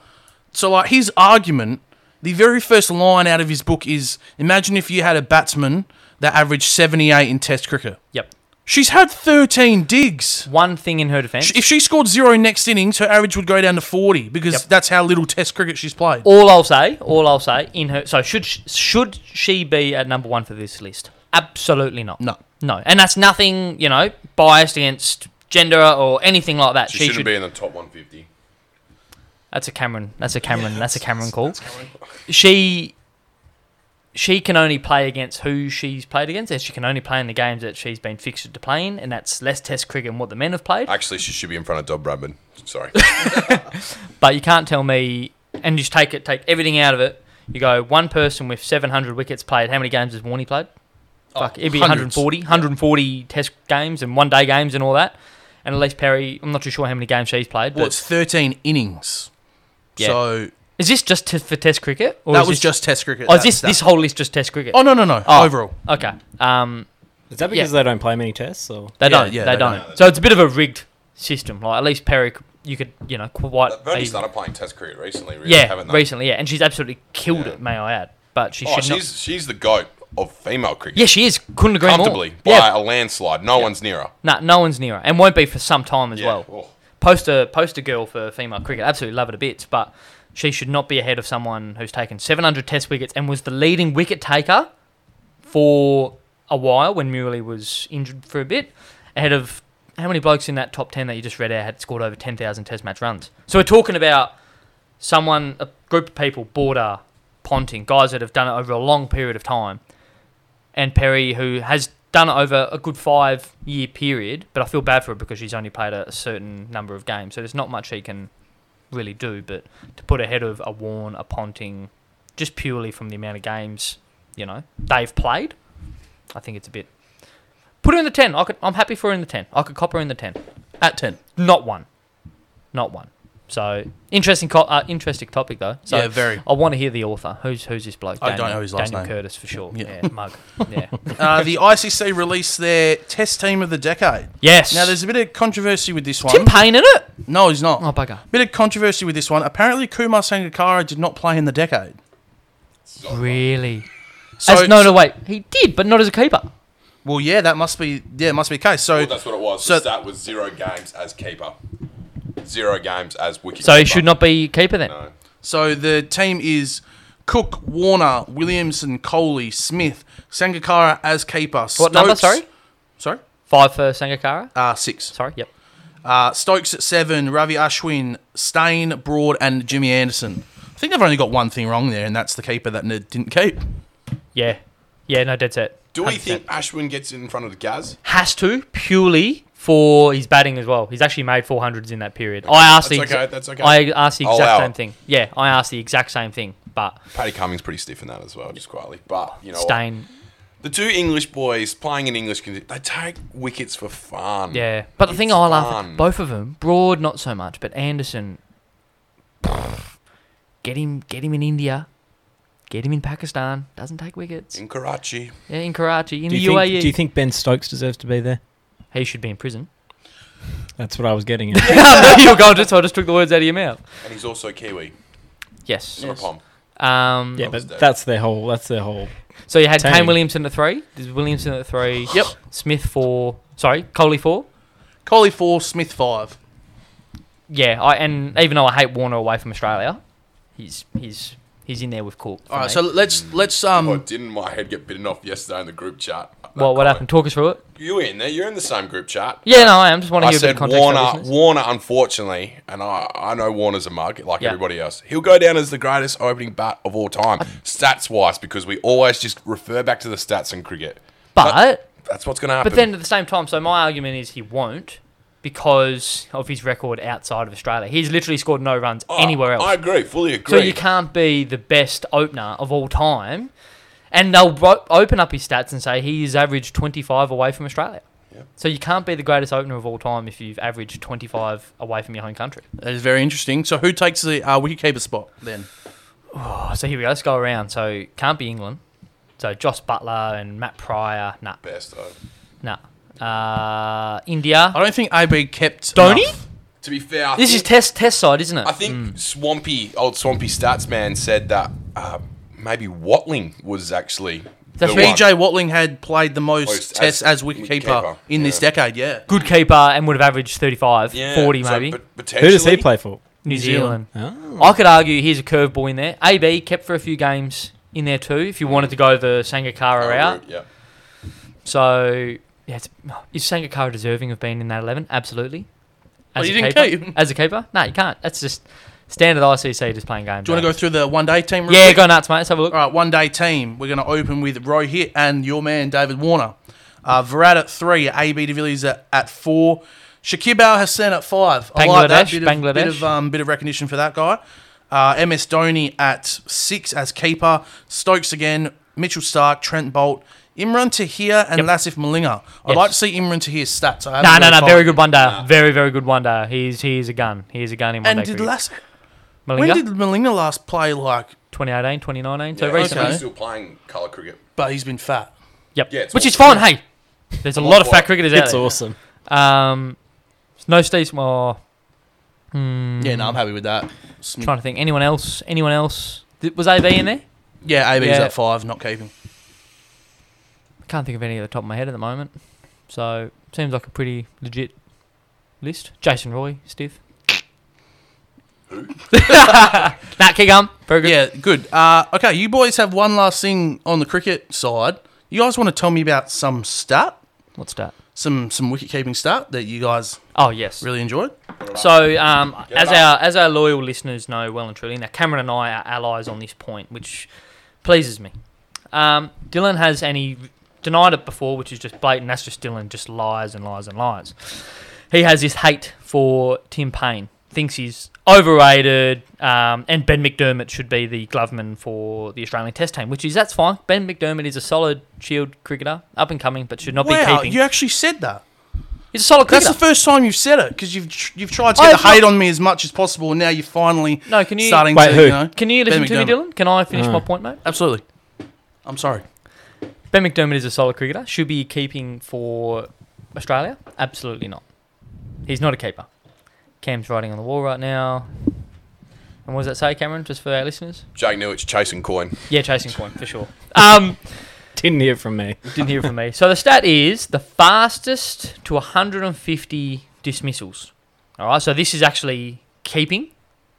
Speaker 1: so like his argument, the very first line out of his book is: Imagine if you had a batsman that averaged seventy-eight in Test cricket.
Speaker 2: yep.
Speaker 1: She's had thirteen digs.
Speaker 2: One thing in her defence.
Speaker 1: If she scored zero next innings, her average would go down to forty because that's how little Test cricket she's played.
Speaker 2: all I'll say, all I'll say in her. So should sh- should she be at number one for this list? Absolutely not.
Speaker 1: No.
Speaker 2: no, and that's nothing you know biased against gender or anything like that.
Speaker 4: She,
Speaker 2: She,
Speaker 4: shouldn't
Speaker 2: should.
Speaker 4: be in the top 150.
Speaker 2: That's a Cameron. That's a Cameron. that's, a Cameron call. She. She can only play against who she's played against, and she can only play in the games that she's been fixed to play in, and that's less Test cricket than what the men have played.
Speaker 4: Actually, she should be in front of Don Bradman. Sorry.
Speaker 2: But you can't tell me and just take it, take everything out of it. You go one person with 700 wickets played. How many games has Warney played? Fuck, it'd be
Speaker 1: hundreds.
Speaker 2: 140, 140 Test games and one day games and all that. And Elise Perry, I'm not too sure how many games she's played. But
Speaker 1: Well, it's thirteen innings.
Speaker 2: Yeah.
Speaker 1: So
Speaker 2: is this just to, for Test cricket? Or
Speaker 1: that
Speaker 2: is
Speaker 1: was
Speaker 2: this,
Speaker 1: just Test cricket.
Speaker 2: Oh, is
Speaker 1: that
Speaker 2: this
Speaker 1: stat.
Speaker 2: this whole list just Test cricket?
Speaker 1: Oh no no no! Overall,
Speaker 2: Okay. Um,
Speaker 3: Is that because they don't play many tests? Or
Speaker 2: they
Speaker 1: Yeah,
Speaker 2: don't.
Speaker 1: yeah,
Speaker 2: they,
Speaker 1: they
Speaker 2: don't.
Speaker 1: don't.
Speaker 2: So it's a bit of a rigged system. Like Elise Perry, you could you know quite.
Speaker 4: They've only
Speaker 2: easily-
Speaker 4: started playing Test cricket recently, really,
Speaker 2: yeah,
Speaker 4: haven't they?
Speaker 2: recently, yeah, and she's absolutely killed
Speaker 4: Yeah.
Speaker 2: it. May I add? But she
Speaker 4: Oh,
Speaker 2: should not.
Speaker 4: she's she's the goat of female cricket.
Speaker 2: Yeah, she is. Couldn't agree
Speaker 4: comfortably
Speaker 2: more.
Speaker 4: by
Speaker 2: yeah,
Speaker 4: a landslide. No one's near her.
Speaker 2: nah, no one's near her, and won't be for some time as
Speaker 4: Yeah. Oh.
Speaker 2: well. Poster poster girl for female cricket, absolutely love it a bit, but she should not be ahead of someone who's taken 700 Test wickets and was the leading wicket taker for a while when Murley was injured for a bit, ahead of how many blokes in that top 10 that you just read out had scored over 10,000 Test match runs. So we're talking about someone, a group of people, Border, Ponting, guys that have done it over a long period of time, and Perry, who has done it over a good five year period, but I feel bad for her because she's only played a, a certain number of games, so there's not much she can really do, but to put ahead of a Warren, a Ponting, just purely from the amount of games, you know, they've played, I think it's a bit. Put her in the 10. I could, I'm happy for her in the 10. I could cop her in the 10.
Speaker 1: at ten.
Speaker 2: Not one. Not one. So interesting, co- uh, interesting topic though. So
Speaker 1: Yeah, very.
Speaker 2: I want to hear the author. Who's who's this bloke?
Speaker 1: I don't know his last
Speaker 2: Daniel
Speaker 1: name.
Speaker 2: Curtis for sure.
Speaker 1: Yeah.
Speaker 2: Yeah, mug. Yeah.
Speaker 1: Uh, the ICC released their Test team of the decade.
Speaker 2: yes.
Speaker 1: Now, there's a bit of controversy with this one.
Speaker 2: Tim Payne in it.
Speaker 1: No, he's not.
Speaker 2: Oh bugger.
Speaker 1: Bit of controversy with this one. Apparently, Kumar Sangakkara did not play in the decade.
Speaker 2: Really?
Speaker 1: So,
Speaker 2: as, no, no, wait. He did, but not as a keeper.
Speaker 1: Well, yeah, that must be yeah, it must be the case. So,
Speaker 4: Well, that's what it was.
Speaker 1: So-
Speaker 4: the stat was zero games as keeper, zero games as wicket.
Speaker 2: So he
Speaker 4: keeper.
Speaker 2: should not be keeper then.
Speaker 4: No.
Speaker 1: so the team is Cook, Warner, Williamson, Coley, Smith, Sangakkara as keeper.
Speaker 2: What number? Sorry.
Speaker 1: sorry,
Speaker 2: Five for Sangakkara.
Speaker 4: Ah,
Speaker 1: uh, six.
Speaker 2: Sorry. Yep.
Speaker 1: Uh, Stokes at seven. Ravi Ashwin, Stain, Broad, and Jimmy Anderson. I think they've only got one thing wrong there, and that's the keeper that n- didn't keep.
Speaker 2: Yeah. Yeah, no, dead set.
Speaker 4: Do we
Speaker 2: 100%.
Speaker 4: think Ashwin gets in front of the Gaz?
Speaker 2: has to purely for his batting as well? He's actually made 400s in that period. I asked the
Speaker 4: That's okay, that's okay.
Speaker 2: I asked the
Speaker 4: I'll
Speaker 2: exact
Speaker 4: allow
Speaker 2: same
Speaker 4: it.
Speaker 2: thing. Yeah, I asked the exact same thing, but
Speaker 4: Paddy Cummings pretty stiff in that as well, just quietly. But you know, what?
Speaker 2: Stain.
Speaker 4: the two English boys playing in English, condi- they take wickets for fun.
Speaker 2: Yeah, but the thing
Speaker 4: It's
Speaker 2: I laugh
Speaker 4: fun.
Speaker 2: at, both of them, Broad not so much, but Anderson, get him, get him in India, get him in Pakistan. Doesn't take wickets.
Speaker 4: in Karachi.
Speaker 2: Yeah, in Karachi, in E.
Speaker 3: Do
Speaker 2: the
Speaker 3: you,
Speaker 2: UAE,
Speaker 3: think, do you think Ben Stokes deserves to be there?
Speaker 2: he should be in prison.
Speaker 3: That's what I was getting at.
Speaker 2: You're going to, so I just took the words out of your mouth.
Speaker 4: And he's also Kiwi.
Speaker 2: Yes.
Speaker 4: Not a pom.
Speaker 2: Um,
Speaker 3: yeah, but that's their whole. That's their whole.
Speaker 2: So you had
Speaker 3: Tony.
Speaker 2: Kane Williamson at three. There's Williamson at three.
Speaker 1: Yep.
Speaker 2: Smith four. Sorry, Coley four.
Speaker 1: Coley four, Smith five.
Speaker 2: Yeah, I and even though I hate Warner away from Australia, he's he's he's in there with Cook. for
Speaker 1: All right,
Speaker 2: me.
Speaker 1: so let's let's
Speaker 4: oh,
Speaker 1: um.
Speaker 4: didn't my head get bitten off yesterday in the group chat? That
Speaker 2: well, what
Speaker 4: comment.
Speaker 2: happened? Talk us through it.
Speaker 4: You in there? You're in the same group chat.
Speaker 2: Yeah, no, I am. Just want to
Speaker 4: I
Speaker 2: hear a bit of
Speaker 4: said
Speaker 2: context. on
Speaker 4: Warner.
Speaker 2: business.
Speaker 4: Warner, unfortunately, and I, I know Warner's a mug like
Speaker 2: Yeah.
Speaker 4: everybody else. He'll go down as the greatest opening bat of all time, stats wise, because we always just refer back to the stats in cricket.
Speaker 2: but
Speaker 4: That's what's going to happen.
Speaker 2: but then at the same time, so my argument is he won't because of his record outside of Australia. He's literally scored no runs
Speaker 4: Oh,
Speaker 2: anywhere else.
Speaker 4: I agree. Fully agree.
Speaker 2: So you can't be the best opener of all time. And they'll ro- open up his stats and say he is averaged 25 away from Australia. So you can't be the greatest opener of all time if you've averaged 25 away from your home country.
Speaker 1: That is very interesting. So who takes the uh, wicketkeeper spot then?
Speaker 2: Oh, so here we go. Let's go around. So can't be England. So Josh Butler and Matt Pryor. Nah,
Speaker 4: Best, though.
Speaker 2: nah. Uh, India.
Speaker 1: I don't think AB kept.
Speaker 2: Dhoni?
Speaker 1: enough.
Speaker 4: To be fair, I
Speaker 2: This
Speaker 4: think-
Speaker 2: is Hmm. test test side, isn't it?
Speaker 4: I think Swampy, old Swampy stats man, said that uh, maybe Watling was actually
Speaker 2: That's
Speaker 4: the one.
Speaker 1: BJ Watling had played the most
Speaker 4: Most as-
Speaker 1: tests as, wicketkeeper
Speaker 4: wicketkeeper,
Speaker 1: in this
Speaker 4: yeah.
Speaker 1: decade. Yeah.
Speaker 2: Good keeper and would have averaged 35, 40
Speaker 4: so
Speaker 2: maybe.
Speaker 4: pot-
Speaker 3: Who does
Speaker 4: potentially-
Speaker 3: he play for?
Speaker 2: New
Speaker 1: New Zealand.
Speaker 2: Zealand.
Speaker 3: Oh.
Speaker 2: I could argue here's a curveball in there. AB kept for a few games in there too.
Speaker 1: Mm.
Speaker 2: If you wanted to go the
Speaker 4: Oh,
Speaker 2: Sangakara out,
Speaker 4: Yeah.
Speaker 2: so yeah, it's, oh, is Sangakara deserving of being in that eleven? Absolutely.
Speaker 1: Well,
Speaker 2: As
Speaker 1: Oh, you
Speaker 2: a
Speaker 1: didn't
Speaker 2: keeper,
Speaker 1: keep him.
Speaker 2: as a keeper, no, you can't. That's just standard ICC just playing games.
Speaker 1: Do you want to go through the one day team? real
Speaker 2: Yeah,
Speaker 1: quick?
Speaker 2: go nuts, mate. Let's have a look.
Speaker 1: All right, one day team. We're going to open with Rohit and your man David Warner. Uh, Virat at three, AB de Villiers at, at four, Shakib Al Hassan at five. I like that
Speaker 2: Bangladesh,
Speaker 1: bit of,
Speaker 2: Bangladesh.
Speaker 1: bit of, um, bit of recognition for that guy. Uh, MS Dhoni at six as keeper. Stokes again. Mitchell Stark, Trent Bolt, Imran Tahir, and
Speaker 2: Yep.
Speaker 1: Lasif Malinga. I'd
Speaker 2: Yes.
Speaker 1: like to see Imran Tahir's stats. I haven't
Speaker 2: No, no,
Speaker 1: really
Speaker 2: no.
Speaker 1: followed-
Speaker 2: Very good one day. Very, very good one day. He's he's a gun. He's a gun in one
Speaker 1: And
Speaker 2: day.
Speaker 1: did
Speaker 2: cricket.
Speaker 1: Lass- when
Speaker 2: Malinga,
Speaker 1: did Malinga last play? Like,
Speaker 2: 2018, 2019, so
Speaker 4: Yeah,
Speaker 2: recently.
Speaker 4: He's
Speaker 1: okay.
Speaker 4: still playing colour cricket.
Speaker 1: but he's been fat.
Speaker 2: Yep.
Speaker 4: Yeah, it's
Speaker 2: Which is
Speaker 4: awesome.
Speaker 2: fine. Hey, there's a lot of fat cricketers out
Speaker 3: It's
Speaker 2: there.
Speaker 3: awesome.
Speaker 2: Um, no Steve Small.
Speaker 1: Yeah, no, I'm happy with that. Sm-
Speaker 2: Trying to think. Anyone else? Anyone else? Th- Was AB in there?
Speaker 1: Yeah, AB's
Speaker 2: Yeah.
Speaker 1: at five, not keeping.
Speaker 2: I can't think of any at the top of my head at the moment. So seems like a pretty legit list. Jason Roy, Steve. nah, keep going. Very good.
Speaker 1: Yeah, good. Uh, okay, you boys have one last thing on the cricket side. You guys want to tell me about some stat,
Speaker 2: What's that?
Speaker 1: some some wicket keeping stat that you guys
Speaker 2: Oh yes.
Speaker 1: really enjoyed?
Speaker 2: So, um,
Speaker 4: Get
Speaker 2: as
Speaker 4: it
Speaker 2: our as our loyal listeners know well and truly, now Cameron and I are allies on this point, which pleases me. Um, Dylan has and he denied it before, which is just blatant. That's just Dylan, just lies and lies and lies. He has this hate for Tim Payne, thinks he's overrated, um, and Ben McDermott should be the gloveman for the Australian Test team, which is that's fine. Ben McDermott is a solid Shield cricketer, up and coming, but should not be
Speaker 1: Wow,
Speaker 2: keeping.
Speaker 1: you actually said that.
Speaker 2: he's a solid
Speaker 1: That's
Speaker 2: cricketer.
Speaker 1: the first time you've said it because you've tr- you've tried to
Speaker 2: I
Speaker 1: get the
Speaker 2: have
Speaker 1: hate on me as much as possible, and now you're finally
Speaker 2: No, can you-
Speaker 1: starting
Speaker 3: Wait,
Speaker 1: to
Speaker 3: who?
Speaker 1: you know
Speaker 2: Can you
Speaker 1: Ben
Speaker 2: listen to me,
Speaker 1: McDermott.
Speaker 2: Dylan? Can I finish
Speaker 3: Oh.
Speaker 2: my point, mate?
Speaker 1: Absolutely. I'm sorry.
Speaker 2: Ben McDermott is a solid cricketer. Should be keeping for Australia? Absolutely not. He's not a keeper. Cam's writing on the wall right now. And what does that say, Cameron? Just for our listeners?
Speaker 4: Jake Newit's chasing coin.
Speaker 2: Yeah, chasing coin for sure. Um,
Speaker 3: Didn't hear from me.
Speaker 2: didn't hear it from me. So the stat is the fastest to 150 dismissals. All right. So this is actually keeping,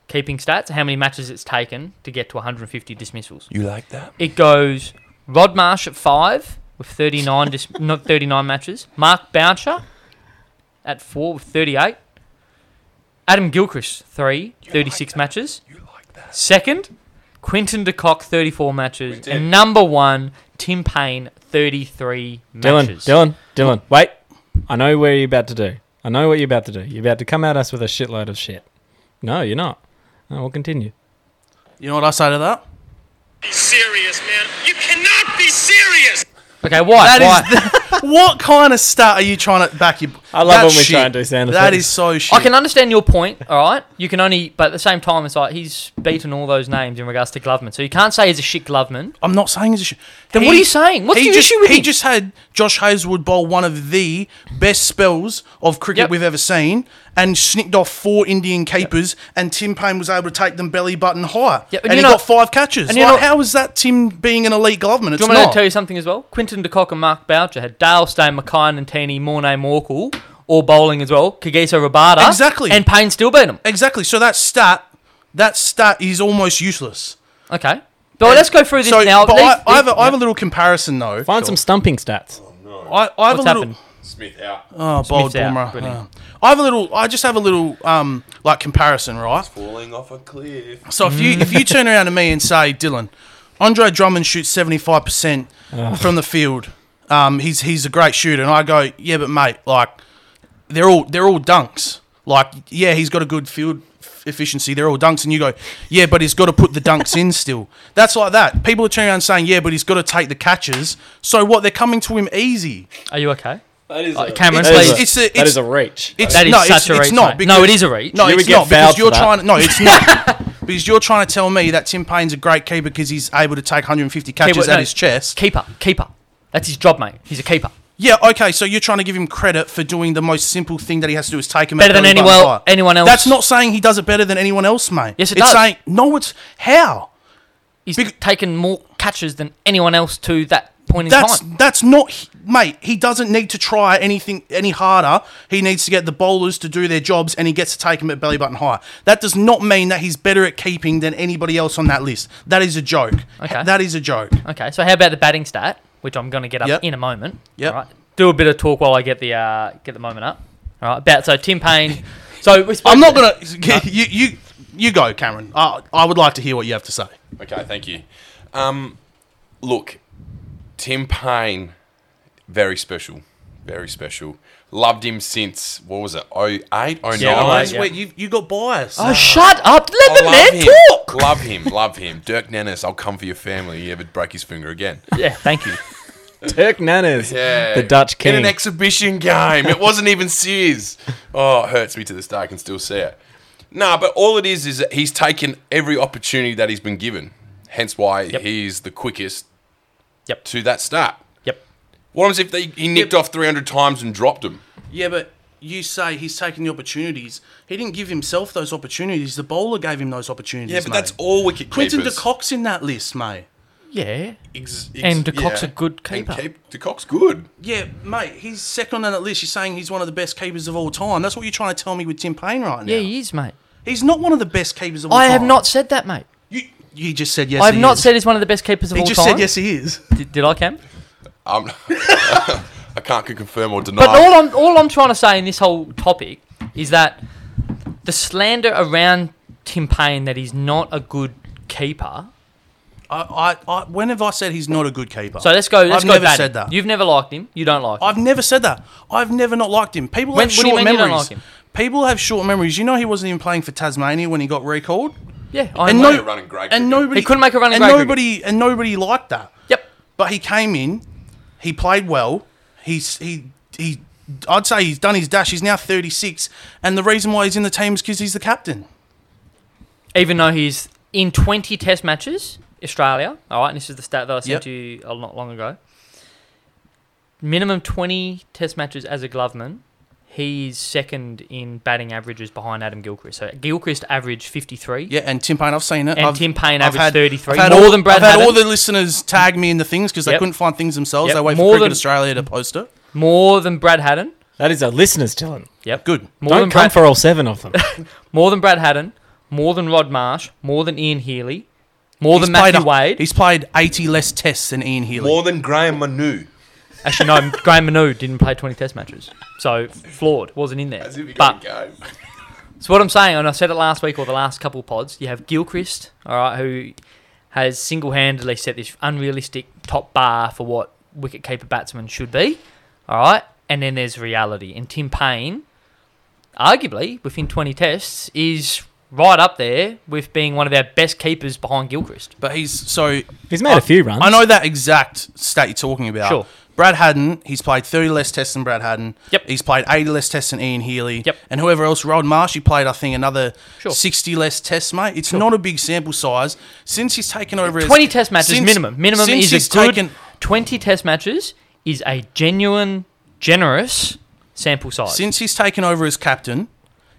Speaker 2: keeping stats. How many matches it's taken to get to 150 dismissals?
Speaker 4: You like that?
Speaker 2: It goes Rod Marsh at five with 39, dis- not 39 matches. Mark Boucher at four with 38. Adam Gilchrist, three, 36 matches.
Speaker 4: You like that?
Speaker 2: Second, Quinton de Kock, 34 matches.
Speaker 4: Quinton.
Speaker 2: And number one, Tim Payne, 33
Speaker 3: Dylan,
Speaker 2: matches.
Speaker 3: Dylan, Dylan, wait. I know where you're about to do. I know what you're about to do. You're about to come at us with a shitload of shit. No, you're not. I will continue.
Speaker 1: You know what I say to that?
Speaker 5: be serious, man. You cannot be serious.
Speaker 2: Okay, why?
Speaker 1: That
Speaker 2: why?
Speaker 1: is what kind of stat are you trying to back your?
Speaker 3: I love
Speaker 1: That's
Speaker 3: when we
Speaker 1: shit.
Speaker 3: try and do sound
Speaker 1: That
Speaker 3: effects.
Speaker 1: is so shit.
Speaker 2: I can understand your point, all right? You can only, but at the same time, it's like he's beaten all those names in regards to Gloveman. So you can't say he's a shit Gloveman.
Speaker 1: I'm not saying it's a shit. Then
Speaker 2: He-
Speaker 1: what are you
Speaker 2: saying? What's
Speaker 1: he
Speaker 2: your
Speaker 1: just,
Speaker 2: issue with
Speaker 1: He
Speaker 2: him?
Speaker 1: just had Josh Hazelwood bowl one of the best spells of cricket
Speaker 2: Yep.
Speaker 1: we've ever seen, and snicked off four Indian capers, and Tim Payne was able to take them belly button high,
Speaker 2: Yep,
Speaker 1: and,
Speaker 2: and
Speaker 1: he
Speaker 2: you're
Speaker 1: got
Speaker 2: not-
Speaker 1: five catches. like,
Speaker 2: and you're not-
Speaker 1: how is that Tim being an elite gloveman? It's
Speaker 2: Do you want me
Speaker 1: not.
Speaker 2: to tell you something as well? Quinton de Kock and Mark Boucher had Dale Steyn, McKay, Nantini, Mornay, Morkel, all bowling as well. Kagiso Rabada.
Speaker 1: Exactly.
Speaker 2: And Payne still beat him.
Speaker 1: exactly. So that stat, that stat is almost useless.
Speaker 2: Okay. But let's go through this
Speaker 1: So,
Speaker 2: now.
Speaker 1: but
Speaker 2: These-
Speaker 1: I, I, have a,
Speaker 2: these-
Speaker 1: I have a little comparison though.
Speaker 3: Find some stumping stats.
Speaker 1: I, I have
Speaker 2: What's
Speaker 1: a little.
Speaker 2: happened?
Speaker 4: Smith out.
Speaker 1: Oh, bold
Speaker 2: Smith's out.
Speaker 1: Boomer.
Speaker 2: Brilliant.
Speaker 1: Uh, I have a little. I just have a little um like comparison, right?
Speaker 4: Falling off a cliff.
Speaker 1: So if you if you turn around to me and say, Dylan, Andre Drummond shoots seventy five percent from the field. Um, he's he's a great shooter, and I go, yeah, but mate, like they're all they're all dunks. Like yeah, he's got a good field f- efficiency. They're all dunks, and you go, yeah, but he's got to put the dunks in still. That's like that. People are turning around saying, yeah, but he's got to take the catches. So what? They're coming to him easy.
Speaker 2: Are you okay?
Speaker 3: That is
Speaker 2: Uh, Cameron,
Speaker 1: It's-
Speaker 2: please.
Speaker 1: it's- it's a-
Speaker 3: that
Speaker 1: it's-
Speaker 3: is a reach.
Speaker 1: It's,
Speaker 2: That is
Speaker 1: no,
Speaker 2: such
Speaker 1: it's,
Speaker 2: a
Speaker 1: it's
Speaker 2: reach,
Speaker 1: not
Speaker 2: mate.
Speaker 1: because,
Speaker 2: No, it is a reach.
Speaker 1: No,
Speaker 3: You
Speaker 1: it's
Speaker 3: would get
Speaker 1: not because
Speaker 3: fouled
Speaker 1: you're
Speaker 3: for that.
Speaker 1: trying. To, no, it's not because you're trying to tell me that Tim Payne's a great keeper because he's able to take 150 catches
Speaker 2: Keeper-
Speaker 1: at
Speaker 2: no,
Speaker 1: his chest.
Speaker 2: Keeper. Keeper. That's his job, mate. He's a keeper.
Speaker 1: Yeah, okay. So you're trying to give him credit for doing the most simple thing that he has to do is take him
Speaker 2: Better
Speaker 1: out
Speaker 2: than
Speaker 1: belly button
Speaker 2: anyone-
Speaker 1: fire.
Speaker 2: anyone else.
Speaker 1: That's not saying he does it better than anyone else, mate.
Speaker 2: Yes, it
Speaker 1: it's
Speaker 2: does.
Speaker 1: saying no. It's how.
Speaker 2: He's
Speaker 1: Bec-
Speaker 2: taken more catches than anyone else to that point in
Speaker 1: That's
Speaker 2: time.
Speaker 1: that's not h- mate. He doesn't need to try anything any harder. He needs to get the bowlers to do their jobs, and he gets to take him at belly button high. That does not mean that he's better at keeping than anybody else on that list. That is a joke.
Speaker 2: Okay.
Speaker 1: That is a joke.
Speaker 2: Okay, so how about the batting stat, which I'm going to get up
Speaker 1: Yep.
Speaker 2: in a moment.
Speaker 1: Yep.
Speaker 2: All right. Do a bit of talk while I get the uh, get the moment up. All right. About so Tim Payne. So we spoke
Speaker 1: I'm not gonna. You you you go, Cameron. I I would like to hear what you have to say.
Speaker 4: Okay, thank you. Um, look, Tim Payne, very special, very special. Loved him since what was it? Oh eight, oh nine.
Speaker 2: Yeah, oh eight,
Speaker 1: That's
Speaker 2: yeah.
Speaker 1: where you you got biased.
Speaker 2: Oh, shut up! Let
Speaker 4: I
Speaker 2: the
Speaker 4: love
Speaker 2: man
Speaker 4: him.
Speaker 2: talk.
Speaker 4: Love him, love him. Dirk Nennis, I'll come for your family. You ever break his finger again?
Speaker 2: Yeah, thank you.
Speaker 3: Dirk Nanners,
Speaker 4: Yeah.
Speaker 3: the Dutch
Speaker 4: In
Speaker 3: king.
Speaker 4: an exhibition game. It wasn't even Sears. Oh, it hurts me to this day. I can still see it. Nah, but all it is is that he's taken every opportunity that he's been given. Hence why he is the quickest
Speaker 2: Yep.
Speaker 4: to that start.
Speaker 2: Yep.
Speaker 4: What happens if they, he nicked off 300 times and dropped them?
Speaker 1: Yeah, but you say he's taking the opportunities. He didn't give himself those opportunities. The bowler gave him those opportunities.
Speaker 4: Yeah, but
Speaker 1: mate.
Speaker 4: that's all wicket
Speaker 1: Quinton de
Speaker 4: keepers.
Speaker 1: Cock's in that list, mate.
Speaker 2: Yeah.
Speaker 4: Ex- ex-
Speaker 2: And de Kock's a good
Speaker 4: And
Speaker 2: keeper.
Speaker 4: keep- de Kock's good.
Speaker 1: Yeah, mate, he's second on that list. You're saying he's one of the best keepers of all time. That's what you're trying to tell me with Tim Payne right now.
Speaker 2: Yeah, he is, mate.
Speaker 1: He's not one of the best keepers of all
Speaker 2: I
Speaker 1: time.
Speaker 2: have not said that, mate.
Speaker 1: You, you just said yes.
Speaker 2: I have
Speaker 1: he
Speaker 2: not
Speaker 1: is.
Speaker 2: said he's one of the best keepers of
Speaker 1: He
Speaker 2: all
Speaker 1: just
Speaker 2: time.
Speaker 1: said yes, he is.
Speaker 2: Did, did I, Cam?
Speaker 4: Um, I can't confirm or deny.
Speaker 2: But all I'm all I'm trying to say in this whole topic is that the slander around Tim Payne that he's not a good keeper.
Speaker 1: I, I, I, when have I said he's not a good keeper?
Speaker 2: So let's go. Let's
Speaker 1: I've
Speaker 2: go
Speaker 1: never
Speaker 2: batting.
Speaker 1: said that.
Speaker 2: You've never liked him. You don't like. him.
Speaker 1: I've never said that. I've never not liked him. People
Speaker 2: When-
Speaker 1: have
Speaker 2: what do you
Speaker 1: short
Speaker 2: mean you don't
Speaker 1: memories.
Speaker 2: like him?
Speaker 1: People have short memories. You know he wasn't even playing for Tasmania when he got recalled.
Speaker 2: Yeah, I
Speaker 1: and
Speaker 2: know.
Speaker 1: no,
Speaker 4: a running great
Speaker 1: and
Speaker 4: cricket.
Speaker 1: nobody
Speaker 2: He couldn't make a running
Speaker 1: and
Speaker 2: great cricket.
Speaker 1: nobody and nobody liked that.
Speaker 2: Yep.
Speaker 1: But he came in, he played well. He's he he. I'd say he's done his dash. He's now 36, and the reason why he's in the team is because he's the captain.
Speaker 2: Even though he's in 20 Test matches, Australia. All right, and this is the stat that I sent
Speaker 1: Yep.
Speaker 2: to you uh, not long ago. Minimum 20 Test matches as a gloveman. He's second in batting averages behind Adam Gilchrist. So Gilchrist averaged 53.
Speaker 1: Yeah, and Tim Payne, I've seen it.
Speaker 2: And
Speaker 1: I've-
Speaker 2: Tim Payne
Speaker 1: I've
Speaker 2: averaged
Speaker 1: had-
Speaker 2: 33,
Speaker 1: I've had
Speaker 2: more
Speaker 1: all,
Speaker 2: than Brad
Speaker 1: I've had all
Speaker 2: Haddon.
Speaker 1: the listeners tag me in the things because they
Speaker 2: Yep.
Speaker 1: couldn't find things themselves.
Speaker 2: Yep,
Speaker 1: They wait
Speaker 2: more
Speaker 1: for Cricket
Speaker 2: than-
Speaker 1: Australia to post it.
Speaker 2: More than Brad Haddon.
Speaker 3: That is a listener's Dylan.
Speaker 2: Yep.
Speaker 1: Good.
Speaker 2: More
Speaker 3: Don't
Speaker 2: than
Speaker 3: come
Speaker 2: Brad,
Speaker 3: for all seven of them.
Speaker 2: more than Brad Haddon. More than Rod Marsh. More than Ian Healy. More than
Speaker 1: played
Speaker 2: Matthew
Speaker 1: a-
Speaker 2: Wade.
Speaker 1: He's played 80 less tests than Ian Healy.
Speaker 4: More than Graham Manu.
Speaker 2: Actually, no. Graham Manu didn't play 20 Test matches, so flawed wasn't in there.
Speaker 4: As if he
Speaker 2: But
Speaker 4: got a game.
Speaker 2: So what I'm saying, and I said it last week or the last couple pods, you have Gilchrist, all right, who has single handedly set this unrealistic top bar for what wicketkeeper batsmen should be. All right. And then there's reality. And Tim Payne, arguably, within 20 tests, is right up there with being one of our best keepers behind Gilchrist.
Speaker 1: But he's so
Speaker 3: He's made a few runs.
Speaker 1: I know that exact stat you're talking about.
Speaker 2: Sure.
Speaker 1: Brad Haddon, he's played 30 less tests than Brad Haddon.
Speaker 2: Yep.
Speaker 1: He's played 80 less tests than Ian Healy.
Speaker 2: Yep.
Speaker 1: And whoever else, Rod Marsh, he played, I think, another
Speaker 2: Sure.
Speaker 1: 60 less tests, mate. It's not a big sample size. Since he's taken over as-
Speaker 2: 20 test matches
Speaker 1: since-
Speaker 2: minimum. Minimum
Speaker 1: since
Speaker 2: is
Speaker 1: he's
Speaker 2: a good
Speaker 1: taken-
Speaker 2: 20 test matches is a genuine, generous sample size.
Speaker 1: Since he's taken over as captain,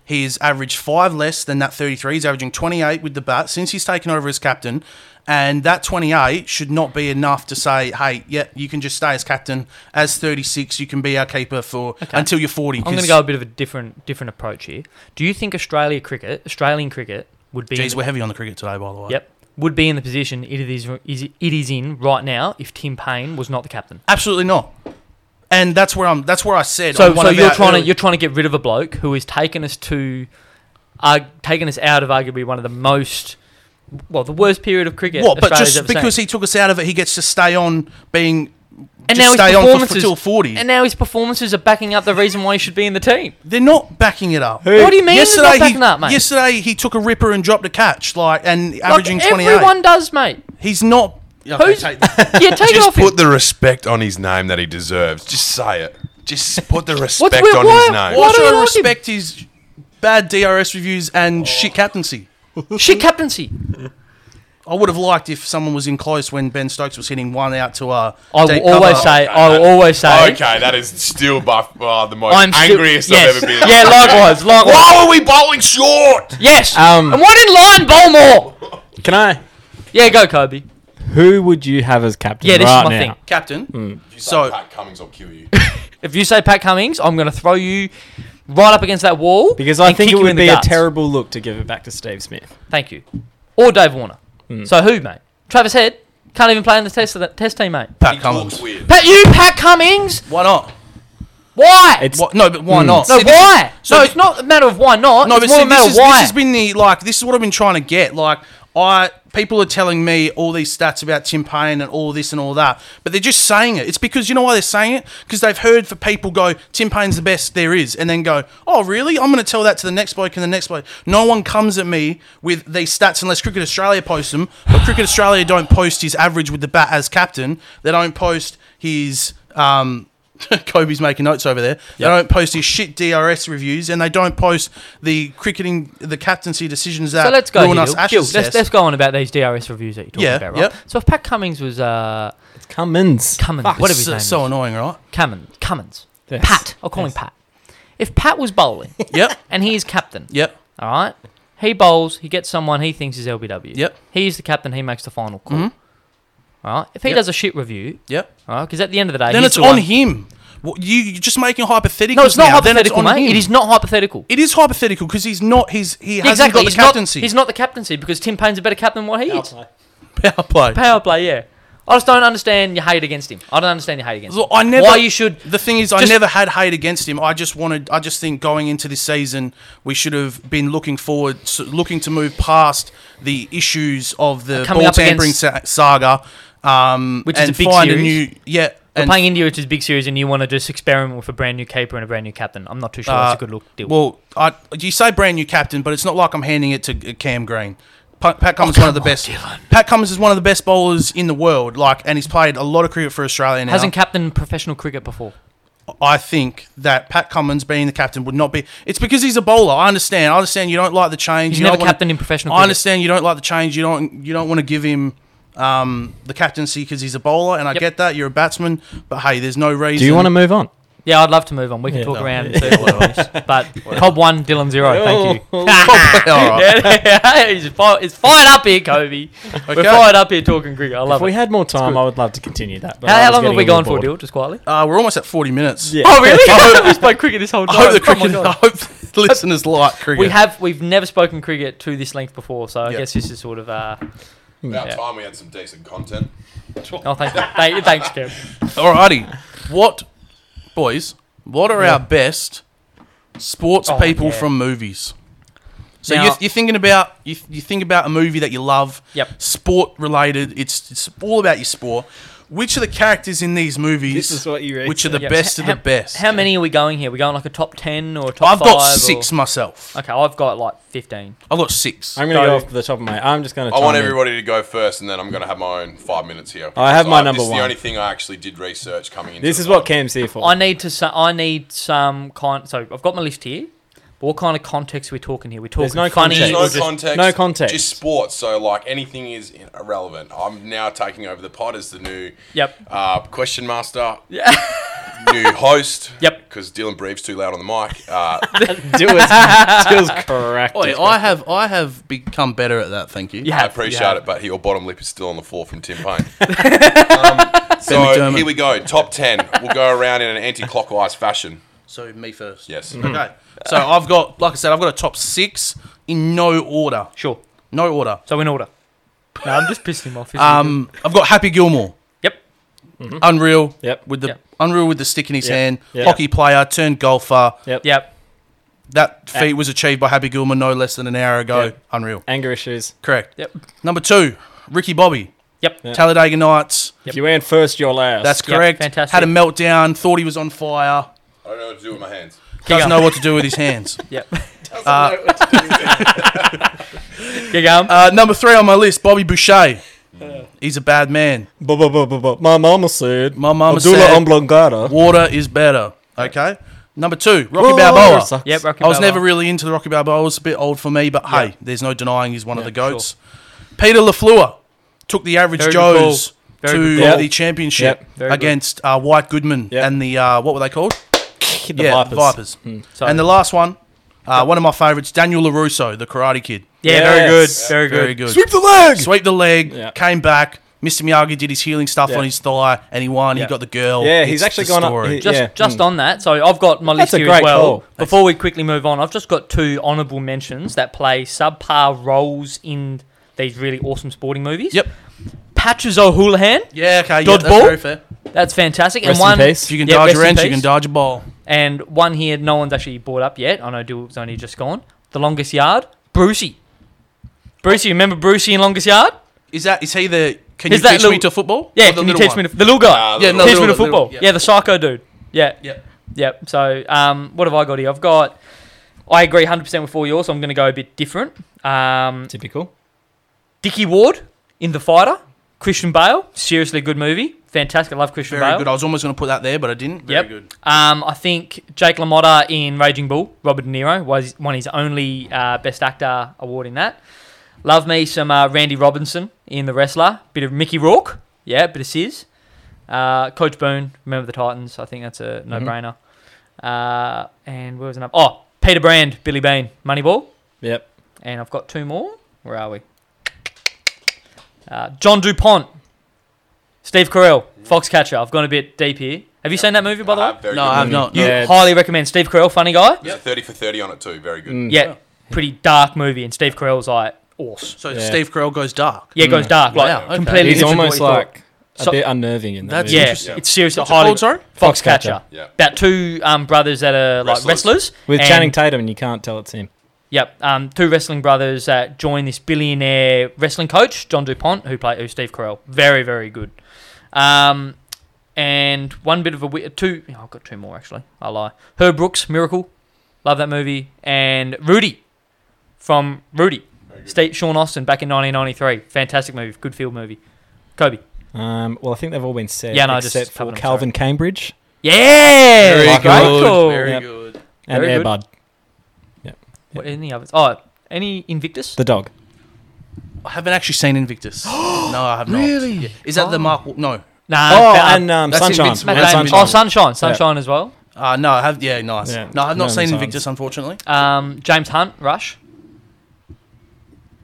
Speaker 1: he's averaged five less than that 33. He's averaging 28 with the bat since he's taken over as captain. And that 28 should not be enough to say, hey, yeah, you can just stay as captain. As 36, you can be our keeper for until you're 40.
Speaker 2: I'm going to
Speaker 1: 'cause-
Speaker 2: go a bit of a different different approach here. Do you think Australia cricket, Australian cricket, would be? in
Speaker 1: Geez,
Speaker 2: the-
Speaker 1: we're heavy on the cricket today, by the way.
Speaker 2: yep, would be in the position it is is it is in right now if Tim Payne was not the captain.
Speaker 1: Absolutely not. And that's where I'm. That's where I said.
Speaker 2: So,
Speaker 1: on one
Speaker 2: so
Speaker 1: of
Speaker 2: you're
Speaker 1: our
Speaker 2: trying to
Speaker 1: early-
Speaker 2: you're trying to get rid of a bloke who has taken us to, uh, taken us out of arguably one of the most, well, the worst period of cricket.
Speaker 1: what? But
Speaker 2: Australia's
Speaker 1: just
Speaker 2: ever seen.
Speaker 1: because he took us out of it, he gets to stay on being.
Speaker 2: and
Speaker 1: just
Speaker 2: now his
Speaker 1: stay on for,
Speaker 2: performances
Speaker 1: till forty.
Speaker 2: and now his performances are backing up the reason why he should be in the team.
Speaker 1: They're not backing it up.
Speaker 2: What do you mean? they're not
Speaker 1: Yesterday,
Speaker 2: backing
Speaker 1: he,
Speaker 2: up, mate.
Speaker 1: yesterday he took a ripper and dropped a catch, like and averaging
Speaker 2: like
Speaker 1: twenty
Speaker 2: everyone
Speaker 1: eight.
Speaker 2: does, mate.
Speaker 1: He's not. Yeah, okay,
Speaker 2: Who's-
Speaker 1: take that.
Speaker 2: Yeah, take it
Speaker 4: Just
Speaker 2: off him.
Speaker 4: put the respect on his name that he deserves. Just say it. Just put the respect
Speaker 2: wait,
Speaker 4: on
Speaker 2: what-
Speaker 4: his name.
Speaker 1: Why
Speaker 2: What? Why do
Speaker 1: should
Speaker 2: you
Speaker 1: I
Speaker 2: like him?
Speaker 1: respect his bad DRS reviews and shit captaincy?
Speaker 2: Shit captaincy.
Speaker 1: I would have liked if someone was in close when Ben Stokes was hitting one out to uh, a.
Speaker 2: I will always say. I will always say.
Speaker 4: Okay, that is still by far the most
Speaker 2: I'm still-
Speaker 4: angriest
Speaker 2: yes.
Speaker 4: I've ever been.
Speaker 2: Yeah, likewise, likewise.
Speaker 4: Why were we bowling short?
Speaker 2: Yes.
Speaker 3: Um,
Speaker 2: and why didn't Lion bowl more?
Speaker 3: Can I?
Speaker 2: Yeah, go Kobe.
Speaker 3: Who would you have as captain
Speaker 2: Yeah, this
Speaker 3: right
Speaker 2: is my
Speaker 3: now?
Speaker 2: thing.
Speaker 1: captain.
Speaker 2: Mm.
Speaker 4: So
Speaker 1: So-
Speaker 4: Pat Cummings will kill you.
Speaker 2: If you say Pat Cummings, I'm going to throw you right up against that wall
Speaker 3: Because I
Speaker 2: and
Speaker 3: think
Speaker 2: kick
Speaker 3: it
Speaker 2: you
Speaker 3: would
Speaker 2: in the
Speaker 3: be a
Speaker 2: guts.
Speaker 3: terrible look to give it back to Steve Smith.
Speaker 2: Thank you. Or Dave Warner. So who, mate? Travis Head can't even play in the test the test team, mate.
Speaker 1: Pat
Speaker 4: He
Speaker 1: Cummins.
Speaker 4: looks weird.
Speaker 2: Pat, you Pat Cummings?
Speaker 1: Why not?
Speaker 2: Why?
Speaker 3: It's
Speaker 1: What, no, but why not?
Speaker 2: Mm. no,
Speaker 1: See, this is-
Speaker 2: why?
Speaker 1: so
Speaker 2: no,
Speaker 1: thi-
Speaker 2: it's not a matter of why not.
Speaker 1: No,
Speaker 2: it's
Speaker 1: but
Speaker 2: more
Speaker 1: see,
Speaker 2: a matter
Speaker 1: this,
Speaker 2: of
Speaker 1: is,
Speaker 2: why.
Speaker 1: this has been the like. This is what I've been trying to get. Like, I people are telling me all these stats about Tim Payne and all this and all that, but they're just saying it. It's because you know why they're saying it because they've heard for people go Tim Payne's the best there is, and then go, oh really? I'm going to tell that to the next bloke and the next bloke. No one comes at me with these stats unless Cricket Australia post them. But Cricket Australia don't post his average with the bat as captain. They don't post his. Um, Kobe's making notes over there. They don't post his shit DRS reviews, and they don't post the cricketing, the captaincy decisions that
Speaker 2: so let's go.
Speaker 1: ruin
Speaker 2: here,
Speaker 1: us
Speaker 2: Gil.
Speaker 1: Ashes
Speaker 2: Gil, let's,
Speaker 1: test.
Speaker 2: let's go on about these DRS reviews that you're talking
Speaker 1: Yeah,
Speaker 2: about, right?
Speaker 1: yep.
Speaker 2: So if Pat Cummings was uh,
Speaker 3: Cummins.
Speaker 2: Cummins,
Speaker 3: Fuck.
Speaker 2: whatever his
Speaker 1: so,
Speaker 2: name
Speaker 1: so
Speaker 2: is,
Speaker 1: annoying, right?
Speaker 2: Cummins, Cummins,
Speaker 3: Yes.
Speaker 2: Pat. I'll call
Speaker 3: Yes.
Speaker 2: him Pat. If Pat was bowling
Speaker 1: Yep,
Speaker 2: and he is captain,
Speaker 1: yep,
Speaker 2: All right. He bowls. He gets someone he thinks is LBW.
Speaker 1: Yep. Mm-hmm.
Speaker 2: He's the captain. He makes the final call. All right. If he
Speaker 1: Yep.
Speaker 2: does a shit review,
Speaker 1: yep.
Speaker 2: all right, because at the end of the day,
Speaker 1: Then
Speaker 2: he's
Speaker 1: it's
Speaker 2: the
Speaker 1: on
Speaker 2: one-
Speaker 1: him. What, you, you're just making hypothetical.
Speaker 2: No, it's not
Speaker 1: now. Then
Speaker 2: hypothetical,
Speaker 1: it's on
Speaker 2: mate.
Speaker 1: him.
Speaker 2: It is not hypothetical.
Speaker 1: It is hypothetical because he's not. He's he hasn't
Speaker 2: exactly.
Speaker 1: got the
Speaker 2: he's
Speaker 1: captaincy.
Speaker 2: Not, he's not the captaincy because Tim Payne's a better captain than what he is.
Speaker 1: power play.
Speaker 2: Power play, yeah. I just don't understand your hate against him. I don't understand your hate against
Speaker 1: Look,
Speaker 2: him.
Speaker 1: I never.
Speaker 2: Why you should?
Speaker 1: The thing is, I
Speaker 2: just-
Speaker 1: never had hate against him. I just wanted. I just think going into this season, we should have been looking forward, s- looking to move past the issues of the
Speaker 2: Coming
Speaker 1: ball
Speaker 2: up
Speaker 1: tampering
Speaker 2: against-
Speaker 1: sa- saga, um,
Speaker 2: Which is
Speaker 1: and
Speaker 2: a big
Speaker 1: find
Speaker 2: series.
Speaker 1: a new yeah.
Speaker 2: We're
Speaker 1: and
Speaker 2: playing India, which is a big series, and you want to just experiment with a brand new keeper and a brand new captain. I'm not too sure
Speaker 1: uh,
Speaker 2: that's a good look deal.
Speaker 1: Well, I, you say brand new captain, but it's not like I'm handing it to uh, Cam Green. Pa- Pat Cummins is
Speaker 2: Oh,
Speaker 1: one of the best. Pat Cummins is one of the best bowlers in the world. Like, and he's played a lot of cricket for Australia now.
Speaker 2: Hasn't captained professional cricket before.
Speaker 1: I think that Pat Cummins being the captain would not be. It's because he's a bowler. I understand. I understand you don't like the change.
Speaker 2: He's
Speaker 1: you
Speaker 2: never
Speaker 1: don't wanna-
Speaker 2: captained in professional
Speaker 1: I
Speaker 2: cricket.
Speaker 1: understand you don't like the change. You don't. You don't want to give him um, the captaincy because he's a bowler, and I
Speaker 2: Yep.
Speaker 1: get that. You're a batsman, but hey, there's no reason.
Speaker 3: Do you want to move on?
Speaker 2: Yeah, I'd love to move on. We can
Speaker 3: Yeah.
Speaker 2: talk
Speaker 3: No.
Speaker 2: around third place. But Cobb one, Dylan zero.
Speaker 3: Oh.
Speaker 2: Thank you.
Speaker 1: All right.
Speaker 2: Yeah, he's, fi- he's fired up here, Kobe. We're
Speaker 1: Okay.
Speaker 2: fired up here talking cricket. I love
Speaker 3: If we
Speaker 2: it.
Speaker 3: had more time, I would love to continue that. but
Speaker 2: how,
Speaker 3: I
Speaker 2: how
Speaker 3: was
Speaker 2: long have
Speaker 3: getting
Speaker 2: we
Speaker 3: a little
Speaker 2: gone for,
Speaker 3: bored.
Speaker 2: Dill? Just quietly.
Speaker 1: Uh, we're almost at 40 minutes.
Speaker 3: Yeah.
Speaker 2: Oh really? I hope we've played cricket this whole
Speaker 1: I
Speaker 2: time.
Speaker 1: hope the
Speaker 2: Oh my
Speaker 1: cricket.
Speaker 2: God.
Speaker 1: I hope the listeners like cricket.
Speaker 2: We have we've never spoken cricket to this length before, so I
Speaker 1: Yeah.
Speaker 2: guess this is sort of uh.
Speaker 4: About
Speaker 2: Yeah.
Speaker 4: time we had some decent content.
Speaker 2: Oh, thank you, thank you, thanks, Kev.
Speaker 1: Alrighty. What, boys? What are our best sports
Speaker 2: Oh,
Speaker 1: people
Speaker 2: yeah.
Speaker 1: from movies? So
Speaker 2: Now-
Speaker 1: you're, you're thinking about you, you think about a movie that you love.
Speaker 2: Yep.
Speaker 1: Sport related. It's it's all about your sport. Which are the characters in these movies?
Speaker 3: This is what you read.
Speaker 1: Which are the
Speaker 2: Yeah.
Speaker 1: best of
Speaker 2: How-
Speaker 1: the best?
Speaker 2: How many are we going here? We're going like a top ten or a top
Speaker 1: I've
Speaker 2: five?
Speaker 1: got
Speaker 2: or-
Speaker 1: six myself.
Speaker 2: Okay, I've got like fifteen.
Speaker 1: I've got six.
Speaker 3: I'm going to
Speaker 2: Go.
Speaker 3: go off the top of my. I'm just going to.
Speaker 4: I want everybody to go first, and then I'm going to have my own five minutes here.
Speaker 3: I have
Speaker 4: So
Speaker 3: my number
Speaker 4: this Is
Speaker 3: one.
Speaker 4: the only thing I actually did research coming into
Speaker 3: This
Speaker 4: the
Speaker 3: is what
Speaker 4: pod.
Speaker 3: Cam's here for.
Speaker 2: I need to. sa- I need some kind. So I've got my list here. But what kind of context are we talking here? We're talking
Speaker 3: no
Speaker 2: funny.
Speaker 3: context.
Speaker 4: There's
Speaker 2: or
Speaker 4: no
Speaker 2: just-
Speaker 4: context.
Speaker 3: no context.
Speaker 4: Just sports. So like anything is irrelevant. I'm now taking over the pod as the new
Speaker 2: Yep.
Speaker 4: uh, question master. Yeah. new host.
Speaker 2: Yep.
Speaker 4: Because Dylan breathes too loud on the mic. Uh,
Speaker 3: Do it. Feels correct.
Speaker 1: Oi, I have I have become better at that. Thank you.
Speaker 2: You
Speaker 4: I
Speaker 2: have, you
Speaker 4: appreciate
Speaker 2: have.
Speaker 4: it, but your bottom lip is still on the floor from Tim Payne. um, so
Speaker 1: McDermott.
Speaker 4: here we go. Top ten. We'll go around in an anti-clockwise fashion.
Speaker 1: So me first.
Speaker 4: Yes.
Speaker 1: Okay. So I've got like I said I've got a top six in no order.
Speaker 2: Sure.
Speaker 1: No order.
Speaker 2: So in order. No, I'm just pissing him off. isn't it?
Speaker 1: Um, I've got Happy Gilmore.
Speaker 2: Yep.
Speaker 1: Unreal.
Speaker 3: Yep.
Speaker 1: With the
Speaker 2: Yep.
Speaker 1: unreal with the stick in his
Speaker 3: Yep.
Speaker 1: hand.
Speaker 3: Yep.
Speaker 1: Hockey player turned golfer.
Speaker 3: Yep.
Speaker 2: Yep.
Speaker 1: That feat was achieved by Happy Gilmore no less than an hour ago.
Speaker 3: Yep.
Speaker 1: Unreal.
Speaker 3: Anger issues.
Speaker 1: Correct.
Speaker 2: Yep.
Speaker 1: Number two, Ricky Bobby,
Speaker 2: Yep.
Speaker 1: Talladega Nights.
Speaker 3: If you ain't first, you're last.
Speaker 1: That's
Speaker 2: Yep,
Speaker 1: correct.
Speaker 2: fantastic.
Speaker 1: Had a meltdown. Thought he was on fire.
Speaker 4: I don't know what to do with my hands.
Speaker 2: Keep
Speaker 1: Doesn't
Speaker 2: going.
Speaker 1: know what to do with his hands.
Speaker 2: Yep. Uh, Keep going.
Speaker 1: Uh, number three on my list, Bobby Boucher. He's a bad man.
Speaker 3: Bu- bu- bu- bu- bu- My mama said.
Speaker 1: My mama
Speaker 3: Abdullah
Speaker 1: said-
Speaker 3: Umblongata.
Speaker 1: Water is better. Okay. Number two, Rocky
Speaker 3: Whoa,
Speaker 1: Balboa.
Speaker 3: sucks.
Speaker 2: yep. Rocky
Speaker 1: I was
Speaker 2: Balboa.
Speaker 1: never really into the Rocky Balboa. It was a bit old for me, but hey, there's no denying he's one of the
Speaker 2: sure.
Speaker 1: goats. Peter Lafleur took the average
Speaker 2: Very good
Speaker 1: Joes
Speaker 2: call. Very
Speaker 1: to
Speaker 2: good
Speaker 3: call.
Speaker 1: the championship
Speaker 3: Yep.
Speaker 2: Very good.
Speaker 1: against uh, White Goodman
Speaker 3: Yep.
Speaker 1: and the uh, what were they called?
Speaker 3: The
Speaker 1: yeah,
Speaker 3: Vipers.
Speaker 1: Vipers.
Speaker 2: So-
Speaker 1: And the last one, uh, one of my favorites, Daniel Larusso, the Karate Kid.
Speaker 2: Yeah.
Speaker 3: Yes.
Speaker 2: Very good.
Speaker 1: Very
Speaker 2: Very good.
Speaker 1: good.
Speaker 3: Sweep the leg.
Speaker 1: Sweep the leg.
Speaker 3: Yeah.
Speaker 1: Came back. Mr. Miyagi did his healing stuff
Speaker 3: Yeah.
Speaker 1: on his thigh, and he won. He
Speaker 2: Yeah.
Speaker 1: got the girl.
Speaker 3: Yeah, he's
Speaker 1: It's
Speaker 3: actually
Speaker 1: the
Speaker 3: gone up-
Speaker 1: story.
Speaker 3: he-
Speaker 2: Just,
Speaker 3: Yeah. hmm.
Speaker 2: just on that. So I've got my
Speaker 3: That's
Speaker 2: list
Speaker 3: a
Speaker 2: here
Speaker 3: great
Speaker 2: as well.
Speaker 3: call.
Speaker 2: Before we quickly move on, I've just got two honourable mentions that play subpar roles in these really awesome sporting movies.
Speaker 1: Yep.
Speaker 2: Patches O'Houlihan.
Speaker 1: Yeah. Okay. Yeah, that's
Speaker 2: Dodgeball?
Speaker 1: very fair.
Speaker 2: That's fantastic.
Speaker 3: Rest
Speaker 2: and
Speaker 3: in
Speaker 2: one,
Speaker 3: peace.
Speaker 1: If you can
Speaker 2: Yeah,
Speaker 1: dodge a
Speaker 2: rest in
Speaker 1: wrench, you
Speaker 2: peace.
Speaker 1: can dodge a ball.
Speaker 2: And one here, no one's actually brought up yet. I know Dill's only just gone. The longest yard, Brucey. Brucey, remember Brucey in longest yard?
Speaker 1: Is that is he the? Can
Speaker 2: Is
Speaker 1: you
Speaker 2: that
Speaker 1: teach me
Speaker 2: little-
Speaker 1: to football? Or Oh,
Speaker 2: Yeah,
Speaker 1: the
Speaker 2: can you
Speaker 1: little
Speaker 2: teach
Speaker 1: one?
Speaker 2: me the, the little guy?
Speaker 4: Nah, the
Speaker 1: Yeah,
Speaker 4: little
Speaker 1: no,
Speaker 4: one.
Speaker 2: teach me
Speaker 1: little-
Speaker 2: to football.
Speaker 1: little-
Speaker 2: Yeah, the psycho dude. Yeah,
Speaker 1: Yep.
Speaker 2: Yep. So, um, what have I got here? I've got. I agree 100% with all yours. So I'm going to go a bit different. Um,
Speaker 3: Typical.
Speaker 2: Dickie Ward in The Fighter. Christian Bale. Seriously good movie. Fantastic. I love Christian
Speaker 1: Very
Speaker 2: Bale.
Speaker 1: good. I was almost going to put that there, but I didn't. Very
Speaker 2: yep.
Speaker 1: good.
Speaker 2: Um, I think Jake LaMotta in Raging Bull, Robert De Niro, was won his only uh, Best Actor award in that. Love me some uh, Randy Robinson in The Wrestler. Bit of Mickey Rourke. Yeah, bit of Sizz. Uh, Coach Boone, remember the Titans. I think that's a no brainer. Uh, and where was another? Oh, Peter Brand, Billy Bean, Moneyball.
Speaker 3: Yep.
Speaker 2: And I've got two more. Where are we? Uh, John DuPont, Steve Carell, Foxcatcher. I've gone a bit deep here. Have you seen that movie, by the
Speaker 4: I
Speaker 2: way?
Speaker 4: have very
Speaker 1: No,
Speaker 4: good
Speaker 1: I have
Speaker 4: memory.
Speaker 1: not.
Speaker 2: You
Speaker 1: No.
Speaker 3: Yeah, it's-
Speaker 2: highly recommend Steve Carell, funny guy.
Speaker 4: There's a 30 for 30 on it too. Very good.
Speaker 2: Yeah, pretty dark movie, and Steve Carell's like awesome.
Speaker 1: So
Speaker 3: Yeah.
Speaker 1: Steve Carell goes dark.
Speaker 2: Yeah, it goes dark, like
Speaker 1: Wow, okay.
Speaker 2: completely.
Speaker 3: Mm. He's
Speaker 2: different to
Speaker 3: almost
Speaker 2: what you thought.
Speaker 3: like a
Speaker 2: So-
Speaker 3: bit unnerving in that.
Speaker 1: That's
Speaker 3: movie.
Speaker 2: yeah,
Speaker 1: interesting.
Speaker 2: it's seriously
Speaker 1: What's it
Speaker 2: highly
Speaker 1: called, sorry?
Speaker 2: Foxcatcher.
Speaker 3: Foxcatcher.
Speaker 4: Yeah.
Speaker 2: About two um, brothers that are like
Speaker 4: Wrestlers.
Speaker 2: wrestlers
Speaker 3: With
Speaker 2: and-
Speaker 3: Channing Tatum, and you can't tell it's him.
Speaker 2: Yep, um, two wrestling brothers that join this billionaire wrestling coach, John Dupont, who played who's Steve Carell. Very, very good. Um, and one bit of a wi- two. oh, I've got two more actually. I lie. Herb Brooks, Miracle, love that movie, and Rudy from Rudy, State Sean Austin back in 1993. Fantastic movie, good field movie. Kobe.
Speaker 3: Um, well, I think they've all been said.
Speaker 2: Yeah, no, I just
Speaker 3: except for
Speaker 2: covered 'em,
Speaker 3: Calvin Cambridge
Speaker 2: Yeah,
Speaker 1: Very
Speaker 2: great
Speaker 1: good.
Speaker 2: call.
Speaker 1: Very
Speaker 3: Yep.
Speaker 1: good.
Speaker 3: and
Speaker 2: Very good.
Speaker 3: Airbud,
Speaker 2: What, any others? Oh, any Invictus?
Speaker 3: the dog.
Speaker 1: I haven't actually seen Invictus. no, I have not. Really? Is
Speaker 2: Oh.
Speaker 1: that the Mark? Wa- No.
Speaker 2: nah.
Speaker 3: Oh,
Speaker 2: Matt-
Speaker 3: and um,
Speaker 1: that's
Speaker 3: Sunshine.
Speaker 1: Invincible.
Speaker 2: Matt
Speaker 3: And
Speaker 2: Damon.
Speaker 3: Sunshine.
Speaker 2: Oh, Sunshine, Sunshine as well.
Speaker 1: Uh, no, I have. Yeah, nice.
Speaker 3: Yeah.
Speaker 1: No, I have not
Speaker 3: No,
Speaker 1: seen
Speaker 3: it's on.
Speaker 1: Invictus, unfortunately.
Speaker 2: Um, James Hunt, Rush.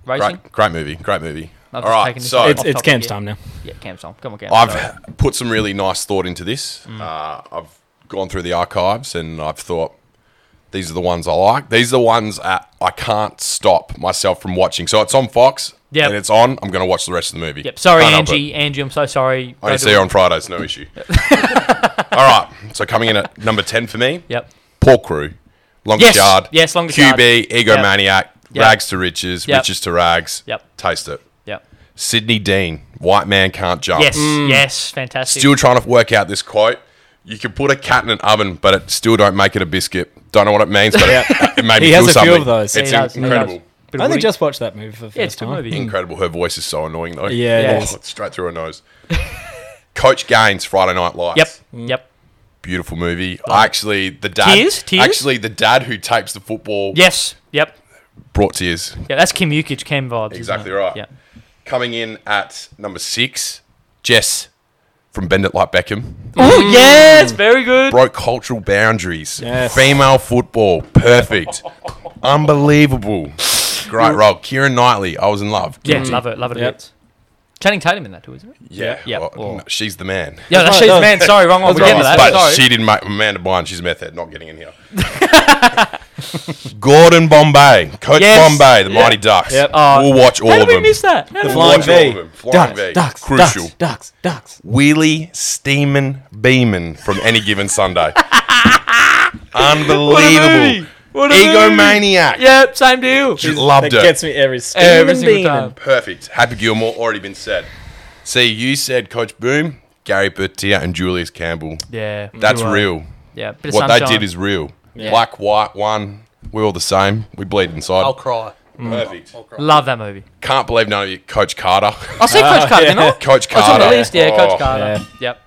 Speaker 2: Racing.
Speaker 4: Great, great movie. Great movie.
Speaker 2: I've
Speaker 4: All
Speaker 2: just
Speaker 4: right.
Speaker 2: taken this
Speaker 4: So
Speaker 2: off
Speaker 3: it's
Speaker 2: top
Speaker 3: it's
Speaker 2: of
Speaker 3: Cam's
Speaker 2: here.
Speaker 3: time now.
Speaker 2: Yeah, Cam's on. Come on, Cam. Sorry.
Speaker 4: I've put some really nice thought into this.
Speaker 2: Mm.
Speaker 4: Uh, I've gone through the archives and I've thought these are the ones I like. These are the ones that I can't stop myself from watching. So it's on Fox
Speaker 2: Yep.
Speaker 4: and it's on. I'm going to watch the rest of the movie.
Speaker 2: Yep. Sorry,
Speaker 4: Can't help it.
Speaker 2: Angie. Angie, I'm so sorry.
Speaker 4: I only
Speaker 2: Don't
Speaker 4: see
Speaker 2: do
Speaker 4: her
Speaker 2: it.
Speaker 4: on Fridays. No issue. All right. So coming in at number 10 for me,
Speaker 2: Yep.
Speaker 4: Paul Crew,
Speaker 2: Yes.
Speaker 4: Longest Yard,
Speaker 2: Yes, Longest
Speaker 4: QB, Egomaniac,
Speaker 2: Yep.
Speaker 4: Rags to riches,
Speaker 2: Yep.
Speaker 4: riches to rags.
Speaker 2: Yep.
Speaker 4: Taste it.
Speaker 2: Yep.
Speaker 4: Sydney Dean, white man can't jump.
Speaker 2: Yes. Yes. Fantastic.
Speaker 4: Still trying to work out this quote. You can put a cat in an oven, but it still don't make it a biscuit. Don't know what it means, but it, it made
Speaker 3: He
Speaker 4: me
Speaker 3: has
Speaker 4: feel
Speaker 3: a few
Speaker 4: something.
Speaker 3: of those.
Speaker 4: It's
Speaker 2: He does, he does.
Speaker 4: incredible.
Speaker 2: Bit of
Speaker 3: I only
Speaker 2: Woody.
Speaker 3: just watched that movie for the first
Speaker 2: Yeah, it's a good
Speaker 3: time.
Speaker 2: movie.
Speaker 4: Incredible. Her voice is so annoying though.
Speaker 3: Yeah, it
Speaker 2: Yeah.
Speaker 3: is.
Speaker 4: Oh, it's straight through her nose. Coach Gaines, Friday Night Lights.
Speaker 2: Yep. Yep.
Speaker 4: Beautiful movie. Actually, the dad.
Speaker 2: Tears? Tears?
Speaker 4: Actually, the dad who tapes the football
Speaker 2: Yes. Yep.
Speaker 4: brought tears.
Speaker 2: Yeah. That's Kim Ukic, Cam vibes. isn't
Speaker 4: Exactly
Speaker 2: it?
Speaker 4: right.
Speaker 2: Yeah.
Speaker 4: Coming in at number six, Jess from Bend It Like Beckham.
Speaker 2: Oh
Speaker 4: Mm.
Speaker 2: yes, very good.
Speaker 4: Broke cultural boundaries.
Speaker 3: Yes.
Speaker 4: Female football. Perfect. Unbelievable. Great role. Kieran Knightley. I was in love.
Speaker 2: Yeah, love it, love it.
Speaker 3: Yep.
Speaker 2: Bits. Channing Tatum in that too, isn't it?
Speaker 4: Yeah.
Speaker 2: Yeah.
Speaker 4: Well,
Speaker 2: Or-
Speaker 4: no, she's the man.
Speaker 2: Yeah, that's
Speaker 3: right,
Speaker 2: she's
Speaker 3: that was-
Speaker 2: man. Sorry, wrong one. We're getting to
Speaker 4: Right,
Speaker 2: that.
Speaker 4: But
Speaker 2: sorry.
Speaker 4: she didn't make Amanda Blind. She's a meth head. Not getting in here. Gordon Bombay, Coach
Speaker 2: Yes.
Speaker 4: Bombay, the Mighty Ducks.
Speaker 3: Yep.
Speaker 2: Oh.
Speaker 4: We'll watch all
Speaker 2: How did
Speaker 4: of
Speaker 2: we
Speaker 4: them.
Speaker 2: miss that? How
Speaker 3: The
Speaker 2: did-
Speaker 4: We'll
Speaker 3: flying
Speaker 4: watch all
Speaker 3: V.
Speaker 4: of them. Flying V.
Speaker 3: ducks, ducks,
Speaker 4: Crucial.
Speaker 3: ducks, ducks, ducks.
Speaker 4: Wheelie Steeman Beeman from any given Sunday.
Speaker 2: What a
Speaker 4: Unbelievable.
Speaker 2: movie. What a movie.
Speaker 4: Egomaniac.
Speaker 2: Yep, same deal.
Speaker 4: Just Loved
Speaker 3: that
Speaker 4: it.
Speaker 3: gets me every,
Speaker 2: Every
Speaker 3: Steven
Speaker 2: single
Speaker 3: Beeman.
Speaker 2: time.
Speaker 4: Perfect. Happy Gilmore already been said. See, you said Coach Boom, Gary Bertier, and Julius Campbell.
Speaker 2: Yeah,
Speaker 4: That's
Speaker 2: you are.
Speaker 4: real.
Speaker 2: Yeah, bit of
Speaker 4: What
Speaker 2: sunshine.
Speaker 4: they did is real. Black, white, one. We're all the same. We bleed inside.
Speaker 1: I'll cry.
Speaker 4: Perfect.
Speaker 2: love that movie.
Speaker 4: Can't believe none of you, Coach Carter.
Speaker 2: I see Coach Carter.
Speaker 3: yeah.
Speaker 2: didn't I?
Speaker 4: Coach
Speaker 2: I saw
Speaker 4: Carter.
Speaker 2: the list. Yeah,
Speaker 4: Oh.
Speaker 2: Coach Carter. Yep.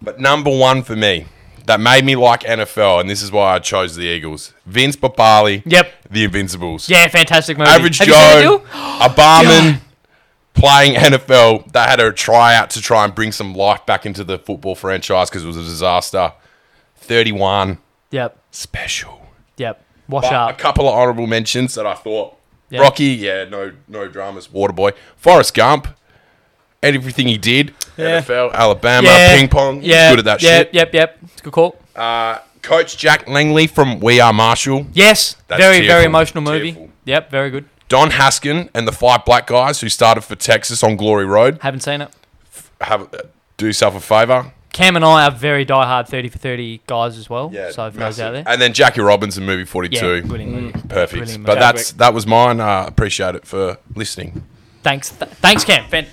Speaker 4: But number one for me, that made me like NFL, and this is why I chose the Eagles. Vince Papali.
Speaker 2: Yep.
Speaker 4: The Invincibles.
Speaker 2: Yeah, fantastic movie.
Speaker 4: Average
Speaker 2: Have you seen that
Speaker 4: Joe,
Speaker 2: deal?
Speaker 4: a barman playing NFL. They had a tryout to try and bring some life back into the football franchise because it was a disaster. 31
Speaker 2: Yep.
Speaker 4: special.
Speaker 2: Yep. Wash
Speaker 4: But a
Speaker 2: up.
Speaker 4: couple of honorable mentions that I thought
Speaker 2: Yeah.
Speaker 4: Rocky, yeah, no, no dramas. Waterboy, Forrest Gump, everything he did, NFL, Alabama,
Speaker 2: Yeah.
Speaker 4: ping pong,
Speaker 2: Yeah.
Speaker 4: good at that
Speaker 2: yep,
Speaker 4: shit.
Speaker 2: Yep. Yep. It's a good call.
Speaker 4: Uh, Coach Jack Langley from We Are Marshall,
Speaker 2: Yes.
Speaker 4: That's
Speaker 2: very very
Speaker 4: tearful,
Speaker 2: emotional movie.
Speaker 4: tearful.
Speaker 2: Yep. Very good.
Speaker 4: Don Haskin, and the five black guys who started for Texas on Glory Road.
Speaker 2: Haven't seen it.
Speaker 4: Have uh, do yourself a favor.
Speaker 2: Cam and I are very diehard 30 for 30 guys as well.
Speaker 4: Yeah,
Speaker 2: so if those out there.
Speaker 4: And then Jackie Robinson movie forty
Speaker 2: Yeah,
Speaker 4: two.
Speaker 2: brilliant movie.
Speaker 4: Perfect.
Speaker 2: Brilliant
Speaker 4: but
Speaker 2: movie.
Speaker 4: that's that was mine. I appreciate it for listening.
Speaker 2: Thanks, th- thanks, Cam. Fan-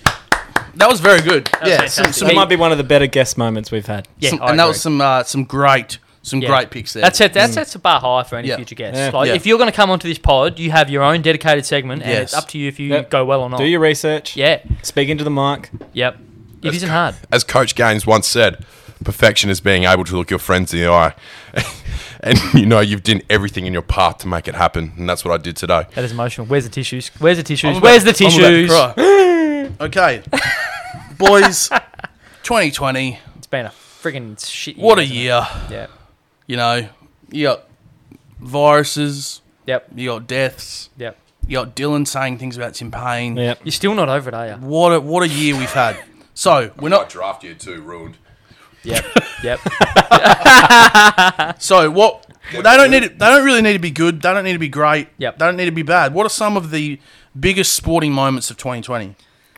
Speaker 1: That was very good. yeah,
Speaker 2: fantastic.
Speaker 1: some, some,
Speaker 3: That might be one of the better guest moments we've had.
Speaker 2: yeah,
Speaker 1: some-
Speaker 2: I
Speaker 1: and that
Speaker 2: agree.
Speaker 1: was some uh, some great some
Speaker 2: Yeah.
Speaker 1: great picks there. Mm.
Speaker 2: That's it. That's that's a bar high for any
Speaker 1: Yeah.
Speaker 2: future guests.
Speaker 3: Yeah.
Speaker 2: Like,
Speaker 1: Yeah.
Speaker 2: if you're going to come onto this pod, you have your own dedicated segment, and it's
Speaker 1: Yes.
Speaker 2: up to you if you
Speaker 3: Yep.
Speaker 2: go well or not.
Speaker 3: Do your research.
Speaker 2: Yeah.
Speaker 3: Speak into the mic.
Speaker 2: Yep. It isn't hard.
Speaker 4: As Coach Gaines once said, perfection is being able to look your friends in the eye. and you know you've done everything in your path to make it happen. And that's what I did today.
Speaker 2: That is emotional. Where's the tissues? Where's the tissues?
Speaker 1: I'm
Speaker 2: Where's the
Speaker 1: about- I'm
Speaker 2: tissues?
Speaker 1: about to cry. okay, boys, 2020.
Speaker 2: It's been a freaking shit. Year,
Speaker 1: What a
Speaker 2: hasn't it?
Speaker 1: year.
Speaker 2: Yeah.
Speaker 1: You know, you got viruses,
Speaker 2: Yep.
Speaker 1: you got deaths,
Speaker 2: Yep.
Speaker 1: you got Dylan saying things about Tim Payne.
Speaker 3: Yeah.
Speaker 2: You're still not over it, are you?
Speaker 1: What a what a year we've had. So we're not
Speaker 4: draft year too ruined.
Speaker 2: Yep. yep.
Speaker 1: So what? They don't need. to- They don't really need to be good. They don't need to be great.
Speaker 2: Yep.
Speaker 1: They don't need to be bad. What are some of the biggest sporting moments of 2020?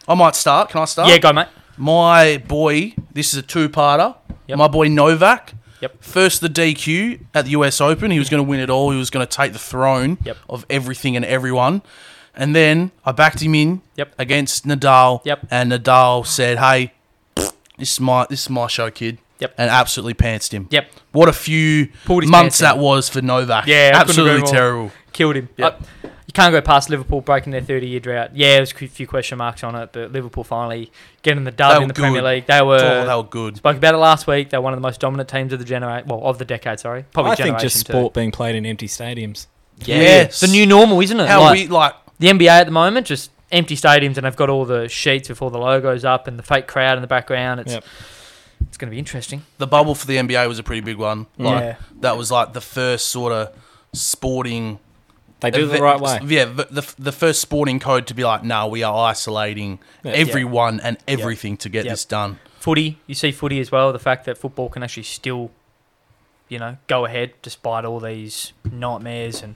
Speaker 1: I might start. Can I start?
Speaker 2: Yeah, go mate.
Speaker 1: My boy. This is a two-parter.
Speaker 2: Yep.
Speaker 1: My boy Novak.
Speaker 2: Yep.
Speaker 1: First, the DQ at the US Open. He was going to win it all. He was going to take the throne
Speaker 2: Yep.
Speaker 1: of everything and everyone. And then I backed him in
Speaker 2: Yep.
Speaker 1: against Nadal.
Speaker 2: Yep.
Speaker 1: And Nadal said, "Hey, this is my this is my show, kid."
Speaker 2: Yep.
Speaker 1: And absolutely pantsed him.
Speaker 2: Yep.
Speaker 1: What a few
Speaker 2: Pulled his
Speaker 1: months
Speaker 2: pants down.
Speaker 1: that was for Novak.
Speaker 2: Yeah, I couldn't agree
Speaker 1: absolutely
Speaker 2: more.
Speaker 1: terrible.
Speaker 2: Killed him. Uh, you can't go past Liverpool breaking their 30 year drought. Yeah, there's a few question marks on it, but Liverpool finally getting the
Speaker 1: They
Speaker 2: dub
Speaker 1: were
Speaker 2: in the Premier
Speaker 1: good.
Speaker 2: League. They were.
Speaker 1: oh, they were good.
Speaker 2: Spoke about it last week. They're one of the most dominant teams of the generate, well, of the decade. Sorry, probably
Speaker 3: I
Speaker 2: generation
Speaker 3: think just
Speaker 2: too.
Speaker 3: sport being played in empty stadiums.
Speaker 2: Yeah,
Speaker 1: Yes.
Speaker 2: the new normal, isn't it?
Speaker 1: How
Speaker 2: Like,
Speaker 1: we like?
Speaker 2: the NBA at the moment just empty stadiums, and they've got all the sheets with all the logos up and the fake crowd in the background. It's
Speaker 3: Yep.
Speaker 2: it's going to be interesting.
Speaker 1: The bubble for the NBA was a pretty big one.
Speaker 3: Mm.
Speaker 1: Like,
Speaker 2: Yeah.
Speaker 1: That was like the first sort of sporting.
Speaker 3: They do it the
Speaker 1: event-
Speaker 3: right way.
Speaker 1: Yeah, the, the, the first sporting code to be like, no, we are isolating everyone and everything to get
Speaker 2: Yep.
Speaker 1: this done.
Speaker 2: Footy, you see footy as well. The fact that football can actually still, you know, go ahead despite all these nightmares and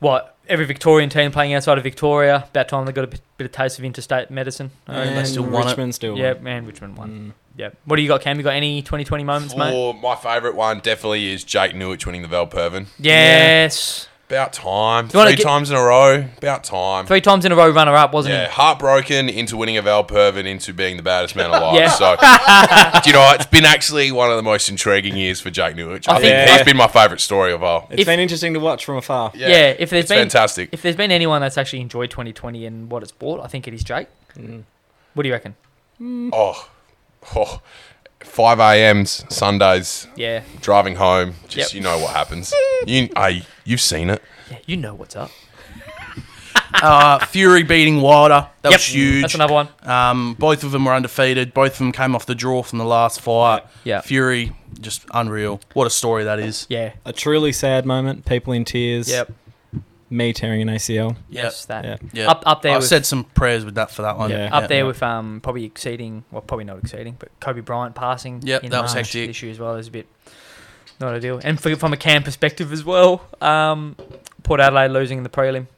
Speaker 2: what every Victorian team playing outside of Victoria. About time they got a bit, bit of taste of interstate medicine. I reckon.
Speaker 3: And
Speaker 1: still want it.
Speaker 3: Richmond still
Speaker 2: yeah,
Speaker 3: yeah.
Speaker 2: man, Richmond
Speaker 1: Mm.
Speaker 2: won. Yeah. What do you got, Cam? You got any 2020 moments, mate?
Speaker 4: Or my favourite one definitely is Jake Newich winning the Val Pervin.
Speaker 2: Yes.
Speaker 4: About time.
Speaker 2: you wanna
Speaker 4: Three
Speaker 2: get-
Speaker 4: times in a row. About time.
Speaker 2: Three times in a row, runner up, wasn't
Speaker 4: Yeah,
Speaker 2: he?
Speaker 4: heartbroken into winning a Val Pervin into being the baddest man alive.
Speaker 2: Yeah.
Speaker 4: So, do you know, what? it's been actually one of the most intriguing years for Jake Newich. I,
Speaker 2: I
Speaker 4: think
Speaker 3: think-
Speaker 4: he's been my favourite story of all.
Speaker 3: It's
Speaker 2: If-
Speaker 3: been interesting to watch from afar.
Speaker 2: Yeah. if there's
Speaker 4: it's
Speaker 2: been
Speaker 4: fantastic.
Speaker 2: if there's been anyone that's actually enjoyed 2020 and what it's brought, I think it is Jake.
Speaker 1: Mm.
Speaker 2: What do you reckon?
Speaker 4: Oh, oh, 5 a.m.s, Sundays,
Speaker 2: Yeah,
Speaker 4: driving home. Just
Speaker 2: Yep.
Speaker 4: you know what happens. You, I, you've seen it.
Speaker 2: yeah you know what's up.
Speaker 1: Uh, Fury beating Wilder. That was huge.
Speaker 2: That's another one.
Speaker 1: Um, both of them were undefeated. Both of them came off the draw from the last fight.
Speaker 2: Yeah.
Speaker 1: Fury, just unreal. What a story that is.
Speaker 2: Yeah.
Speaker 3: A truly sad moment. People in tears.
Speaker 2: Yep.
Speaker 3: Me tearing an ACL.
Speaker 2: Yes, that.
Speaker 3: Yep.
Speaker 1: Yeah.
Speaker 2: Up up there
Speaker 1: I
Speaker 2: with
Speaker 1: said some prayers with that for that one.
Speaker 3: Yeah.
Speaker 2: up there with um probably exceeding well probably not exceeding but Kobe Bryant passing.
Speaker 1: Yep,
Speaker 2: in
Speaker 1: that was
Speaker 2: March
Speaker 1: hectic.
Speaker 2: this year as well. Is a bit not ideal. And for, from a can perspective as well, um, Port Adelaide losing in the prelim.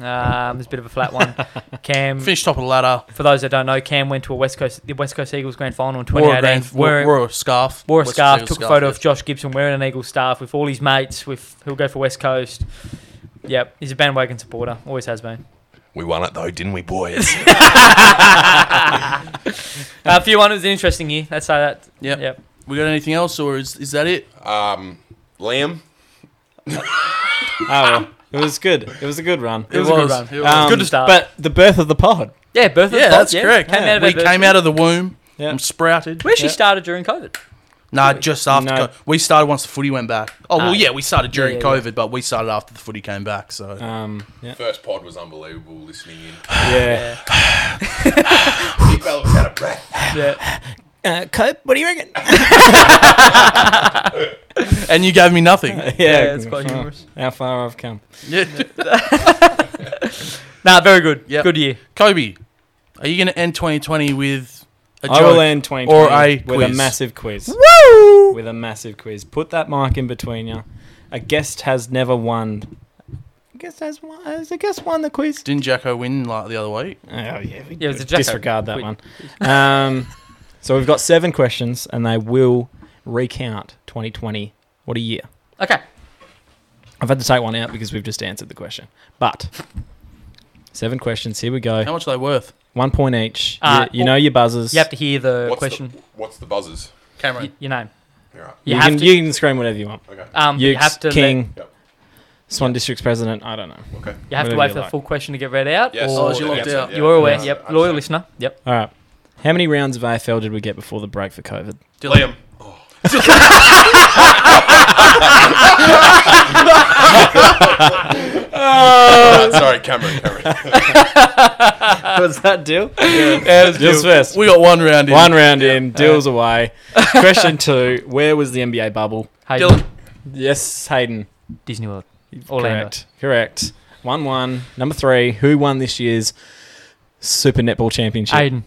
Speaker 2: Um, there's a bit of a flat one. Cam,
Speaker 1: Finished top of the ladder.
Speaker 2: for those that don't know, Cam went to a West Coast the West Coast Eagles grand final in
Speaker 1: Wore a,
Speaker 2: 2018.
Speaker 1: grand, wore,
Speaker 2: wearing-
Speaker 1: wore a scarf.
Speaker 2: wore a
Speaker 1: West
Speaker 2: scarf,
Speaker 1: Coast
Speaker 2: took a photo
Speaker 1: yes.
Speaker 2: of Josh Gibson wearing an Eagle scarf with all his mates. With he'll go for West Coast. Yep, he's a bandwagon supporter. Always has been.
Speaker 4: We won it though, didn't we, boys?
Speaker 2: Uh, few one was an interesting year. Let's say that.
Speaker 1: Yep.
Speaker 2: Yep.
Speaker 1: We got anything else, or is, is that it?
Speaker 4: um, Liam,
Speaker 3: Oh, well. It was good. It was a good run.
Speaker 1: It
Speaker 2: Ah. was a good run.
Speaker 1: It was.
Speaker 3: Um,
Speaker 2: Good to start.
Speaker 3: But the birth of the pod.
Speaker 2: Yeah, birth of
Speaker 1: yeah,
Speaker 2: the pod,
Speaker 1: that's
Speaker 2: yeah.
Speaker 1: correct.
Speaker 2: Came out of
Speaker 1: we
Speaker 2: it, but-
Speaker 1: came out of the womb.
Speaker 3: Yeah.
Speaker 1: and sprouted.
Speaker 2: We actually
Speaker 3: Yeah.
Speaker 2: started during COVID.
Speaker 1: Nah, just after
Speaker 3: No.
Speaker 1: co- we started once the footy went back. Oh well,
Speaker 2: Ah.
Speaker 1: yeah, we started during
Speaker 2: yeah, yeah.
Speaker 1: COVID, but we started after the footy came back. So
Speaker 3: Um, yeah.
Speaker 4: first pod was unbelievable. Listening in,
Speaker 3: Yeah.
Speaker 4: Big Bell was out of breath.
Speaker 2: Yeah.
Speaker 3: Uh, Cope, what do you reckon?
Speaker 1: and you gave me nothing.
Speaker 2: Yeah, it's quite
Speaker 3: how-
Speaker 2: humorous.
Speaker 3: How far I've come.
Speaker 1: yeah.
Speaker 2: Nah, very good.
Speaker 1: Yep.
Speaker 2: Good year.
Speaker 1: Kobe, are you going to end 2020 with a
Speaker 3: I will
Speaker 1: joke?
Speaker 3: end 2020
Speaker 1: Or a
Speaker 3: with a
Speaker 1: quiz.
Speaker 3: massive quiz.
Speaker 1: Woo!
Speaker 3: With a massive quiz. Put that mic in between you. A guest has never won. A guest has won. Has a guest won the quiz?
Speaker 1: Didn't Jacko win like the other week?
Speaker 3: Oh yeah, we
Speaker 2: Yeah, it was a Jacko.
Speaker 3: disregard that
Speaker 2: We-
Speaker 3: one. Um, so we've got seven questions, and they will recount 2020. What a year!
Speaker 2: Okay.
Speaker 3: I've had to take one out because we've just answered the question. But seven questions. Here we
Speaker 1: How
Speaker 3: go.
Speaker 1: much are they worth?
Speaker 3: One point each.
Speaker 2: Uh,
Speaker 3: you, you know your buzzers.
Speaker 2: You have to hear the Uh,
Speaker 4: What's
Speaker 2: question.
Speaker 4: The, what's the buzzers?
Speaker 1: Cameron.
Speaker 2: y- your name.
Speaker 4: You're right.
Speaker 2: You,
Speaker 3: You
Speaker 2: have
Speaker 3: can,
Speaker 2: to.
Speaker 3: you can scream whatever you want.
Speaker 4: Okay.
Speaker 2: um, you
Speaker 3: Ukes,
Speaker 2: have to. let-
Speaker 3: King,
Speaker 4: Yep.
Speaker 3: Swan District's president. I don't know.
Speaker 4: Okay.
Speaker 2: you have to
Speaker 3: whatever
Speaker 2: wait
Speaker 3: you
Speaker 2: for the
Speaker 3: like.
Speaker 2: full question to get read out.
Speaker 4: Yes.
Speaker 2: Or
Speaker 1: Oh, she locked
Speaker 4: Yeah,
Speaker 1: out.
Speaker 4: yeah,
Speaker 2: you are aware.
Speaker 4: yeah,
Speaker 2: Yep.
Speaker 4: I
Speaker 2: Loyal
Speaker 4: understand.
Speaker 2: listener. Yep.
Speaker 3: All right. How many rounds of AFL did we get before the break for COVID?
Speaker 4: Liam. Alright, sorry, Cameron. Cameron.
Speaker 3: Was that deal? Yeah, deals first.
Speaker 1: We got one round in.
Speaker 3: One round in, deals away. Question two: Where was the NBA bubble?
Speaker 2: Hey,
Speaker 1: Dylan.
Speaker 3: Yes, Hayden.
Speaker 2: Disney World. Orlando.
Speaker 3: Correct. Correct. One one. Number three. Who won this year's Super Netball Championship?
Speaker 2: Aiden.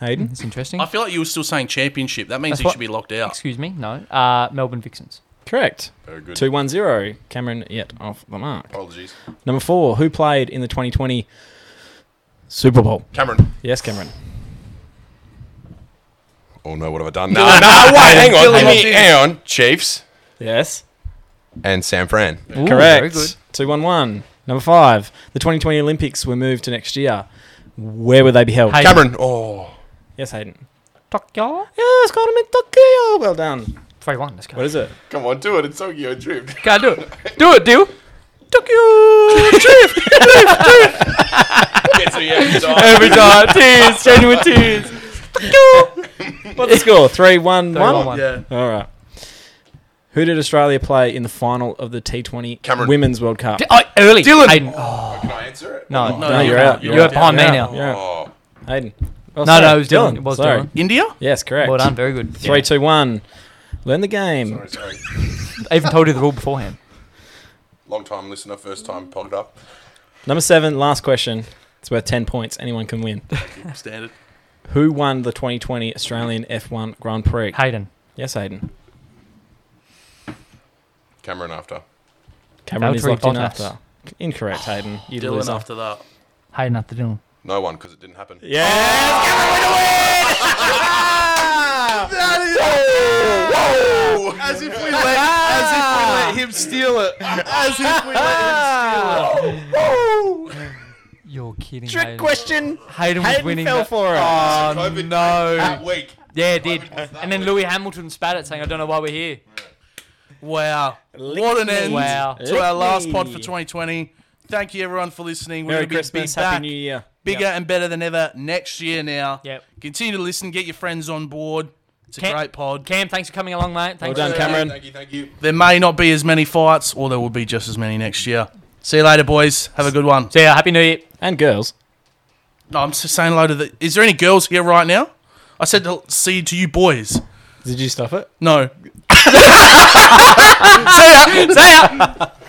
Speaker 3: Hayden.
Speaker 2: That's interesting.
Speaker 1: I feel like you were still saying championship. That means
Speaker 2: That's
Speaker 1: he
Speaker 2: what-
Speaker 1: should be locked out.
Speaker 2: Excuse me. No. Uh, Melbourne Vixens.
Speaker 3: Correct.
Speaker 4: Very good.
Speaker 3: Two one zero. Cameron yet off the mark.
Speaker 4: Apologies.
Speaker 3: Number four. Who played in the 2020 Super Bowl?
Speaker 4: Cameron.
Speaker 3: Yes, Cameron.
Speaker 4: Oh no, what have I done? No, no, wait, hang on. Hang on. Hang on. Chiefs
Speaker 3: Yes.
Speaker 4: and San Fran.
Speaker 2: Ooh,
Speaker 3: Correct.
Speaker 2: Very good.
Speaker 3: Two one one. Number five. The 2020 Olympics were moved to next year. Where would they be held?
Speaker 2: Hayden.
Speaker 4: Cameron. Oh.
Speaker 3: Yes, Hayden.
Speaker 2: Tokyo.
Speaker 3: Yes, got him in Tokyo. Well done.
Speaker 2: Three one. Let's go.
Speaker 3: What is it?
Speaker 4: Come on, do it. It's Tokyo Drift.
Speaker 2: Can't do it. Do it, deal.
Speaker 3: Tokyo.
Speaker 4: Gets me every time.
Speaker 2: Every time. tears. Genuine tears.
Speaker 3: What's the score? Three one
Speaker 2: Three, one,
Speaker 3: one.
Speaker 2: one.
Speaker 1: Yeah.
Speaker 3: All right. Who did Australia play in the final of the T20
Speaker 4: Cameron.
Speaker 3: Women's World Cup?
Speaker 2: D- oh, early.
Speaker 1: Dylan.
Speaker 2: Hayden. Oh,
Speaker 4: Can I answer it?
Speaker 2: no.
Speaker 1: No,
Speaker 3: No, you're
Speaker 1: you're
Speaker 3: out.
Speaker 1: out.
Speaker 2: You're behind me
Speaker 3: Yeah.
Speaker 2: now.
Speaker 3: Yeah.
Speaker 4: Oh.
Speaker 3: Hayden. Oh,
Speaker 2: No,
Speaker 3: sorry.
Speaker 2: no, it was Dylan. It was
Speaker 3: sorry.
Speaker 2: Dylan.
Speaker 1: India?
Speaker 3: Yes, correct.
Speaker 2: Well done. Very good.
Speaker 3: Three, two, one. Learn the game.
Speaker 4: Sorry, sorry.
Speaker 2: I even told you the rule beforehand.
Speaker 4: Long time listener, first time pogged up.
Speaker 3: Number seven. Last question. It's worth ten points. Anyone can win.
Speaker 1: Standard.
Speaker 3: Who won the 2020 Australian F1 Grand Prix?
Speaker 2: Hayden.
Speaker 3: Yes, Hayden.
Speaker 4: Cameron after.
Speaker 3: Cameron is
Speaker 2: Valtteri
Speaker 3: locked in
Speaker 2: Bottas.
Speaker 3: after. Incorrect, Hayden. You
Speaker 1: Dylan
Speaker 3: lose
Speaker 1: after that.
Speaker 2: Hayden after Dylan.
Speaker 4: No one, because it didn't happen.
Speaker 1: Oh,
Speaker 3: Yeah.
Speaker 4: Whoa! would.
Speaker 1: As if we let, as if we let him steal it. As if we let him steal it.
Speaker 2: You're kidding.
Speaker 3: Trick
Speaker 2: Hayden.
Speaker 3: question.
Speaker 2: Hayden was
Speaker 3: Hayden
Speaker 2: winning.
Speaker 3: fell
Speaker 2: that-
Speaker 3: for it.
Speaker 2: Oh
Speaker 4: That
Speaker 2: no!
Speaker 4: week.
Speaker 2: Yeah, it did.
Speaker 4: was that
Speaker 2: And then
Speaker 4: week.
Speaker 2: Louis Hamilton spat it, saying, "I don't know why we're here."
Speaker 1: Wow. what an end
Speaker 2: Wow.
Speaker 1: to our last
Speaker 3: Lick
Speaker 1: pod
Speaker 3: me.
Speaker 1: for 2020. Thank you, everyone, for listening. We're
Speaker 3: Merry
Speaker 1: gonna be-
Speaker 3: Christmas.
Speaker 1: be back
Speaker 3: Happy New Year.
Speaker 1: Bigger and better than ever next year now.
Speaker 2: Yep.
Speaker 1: Continue to listen. Get your friends on board. It's a
Speaker 2: Cam-
Speaker 1: great pod.
Speaker 2: Cam, thanks for coming along, mate. Thanks
Speaker 3: Well done,
Speaker 2: for-
Speaker 3: Cameron.
Speaker 4: Thank you, thank you.
Speaker 1: There may not be as many fights, or there will be just as many next year. See you later, boys. Have a good one.
Speaker 2: See ya. Happy New Year.
Speaker 3: And girls.
Speaker 1: No, I'm just saying hello to the. Is there any girls here right now? I said to see to you boys.
Speaker 3: Did you stuff it?
Speaker 1: No.
Speaker 2: See ya. See ya.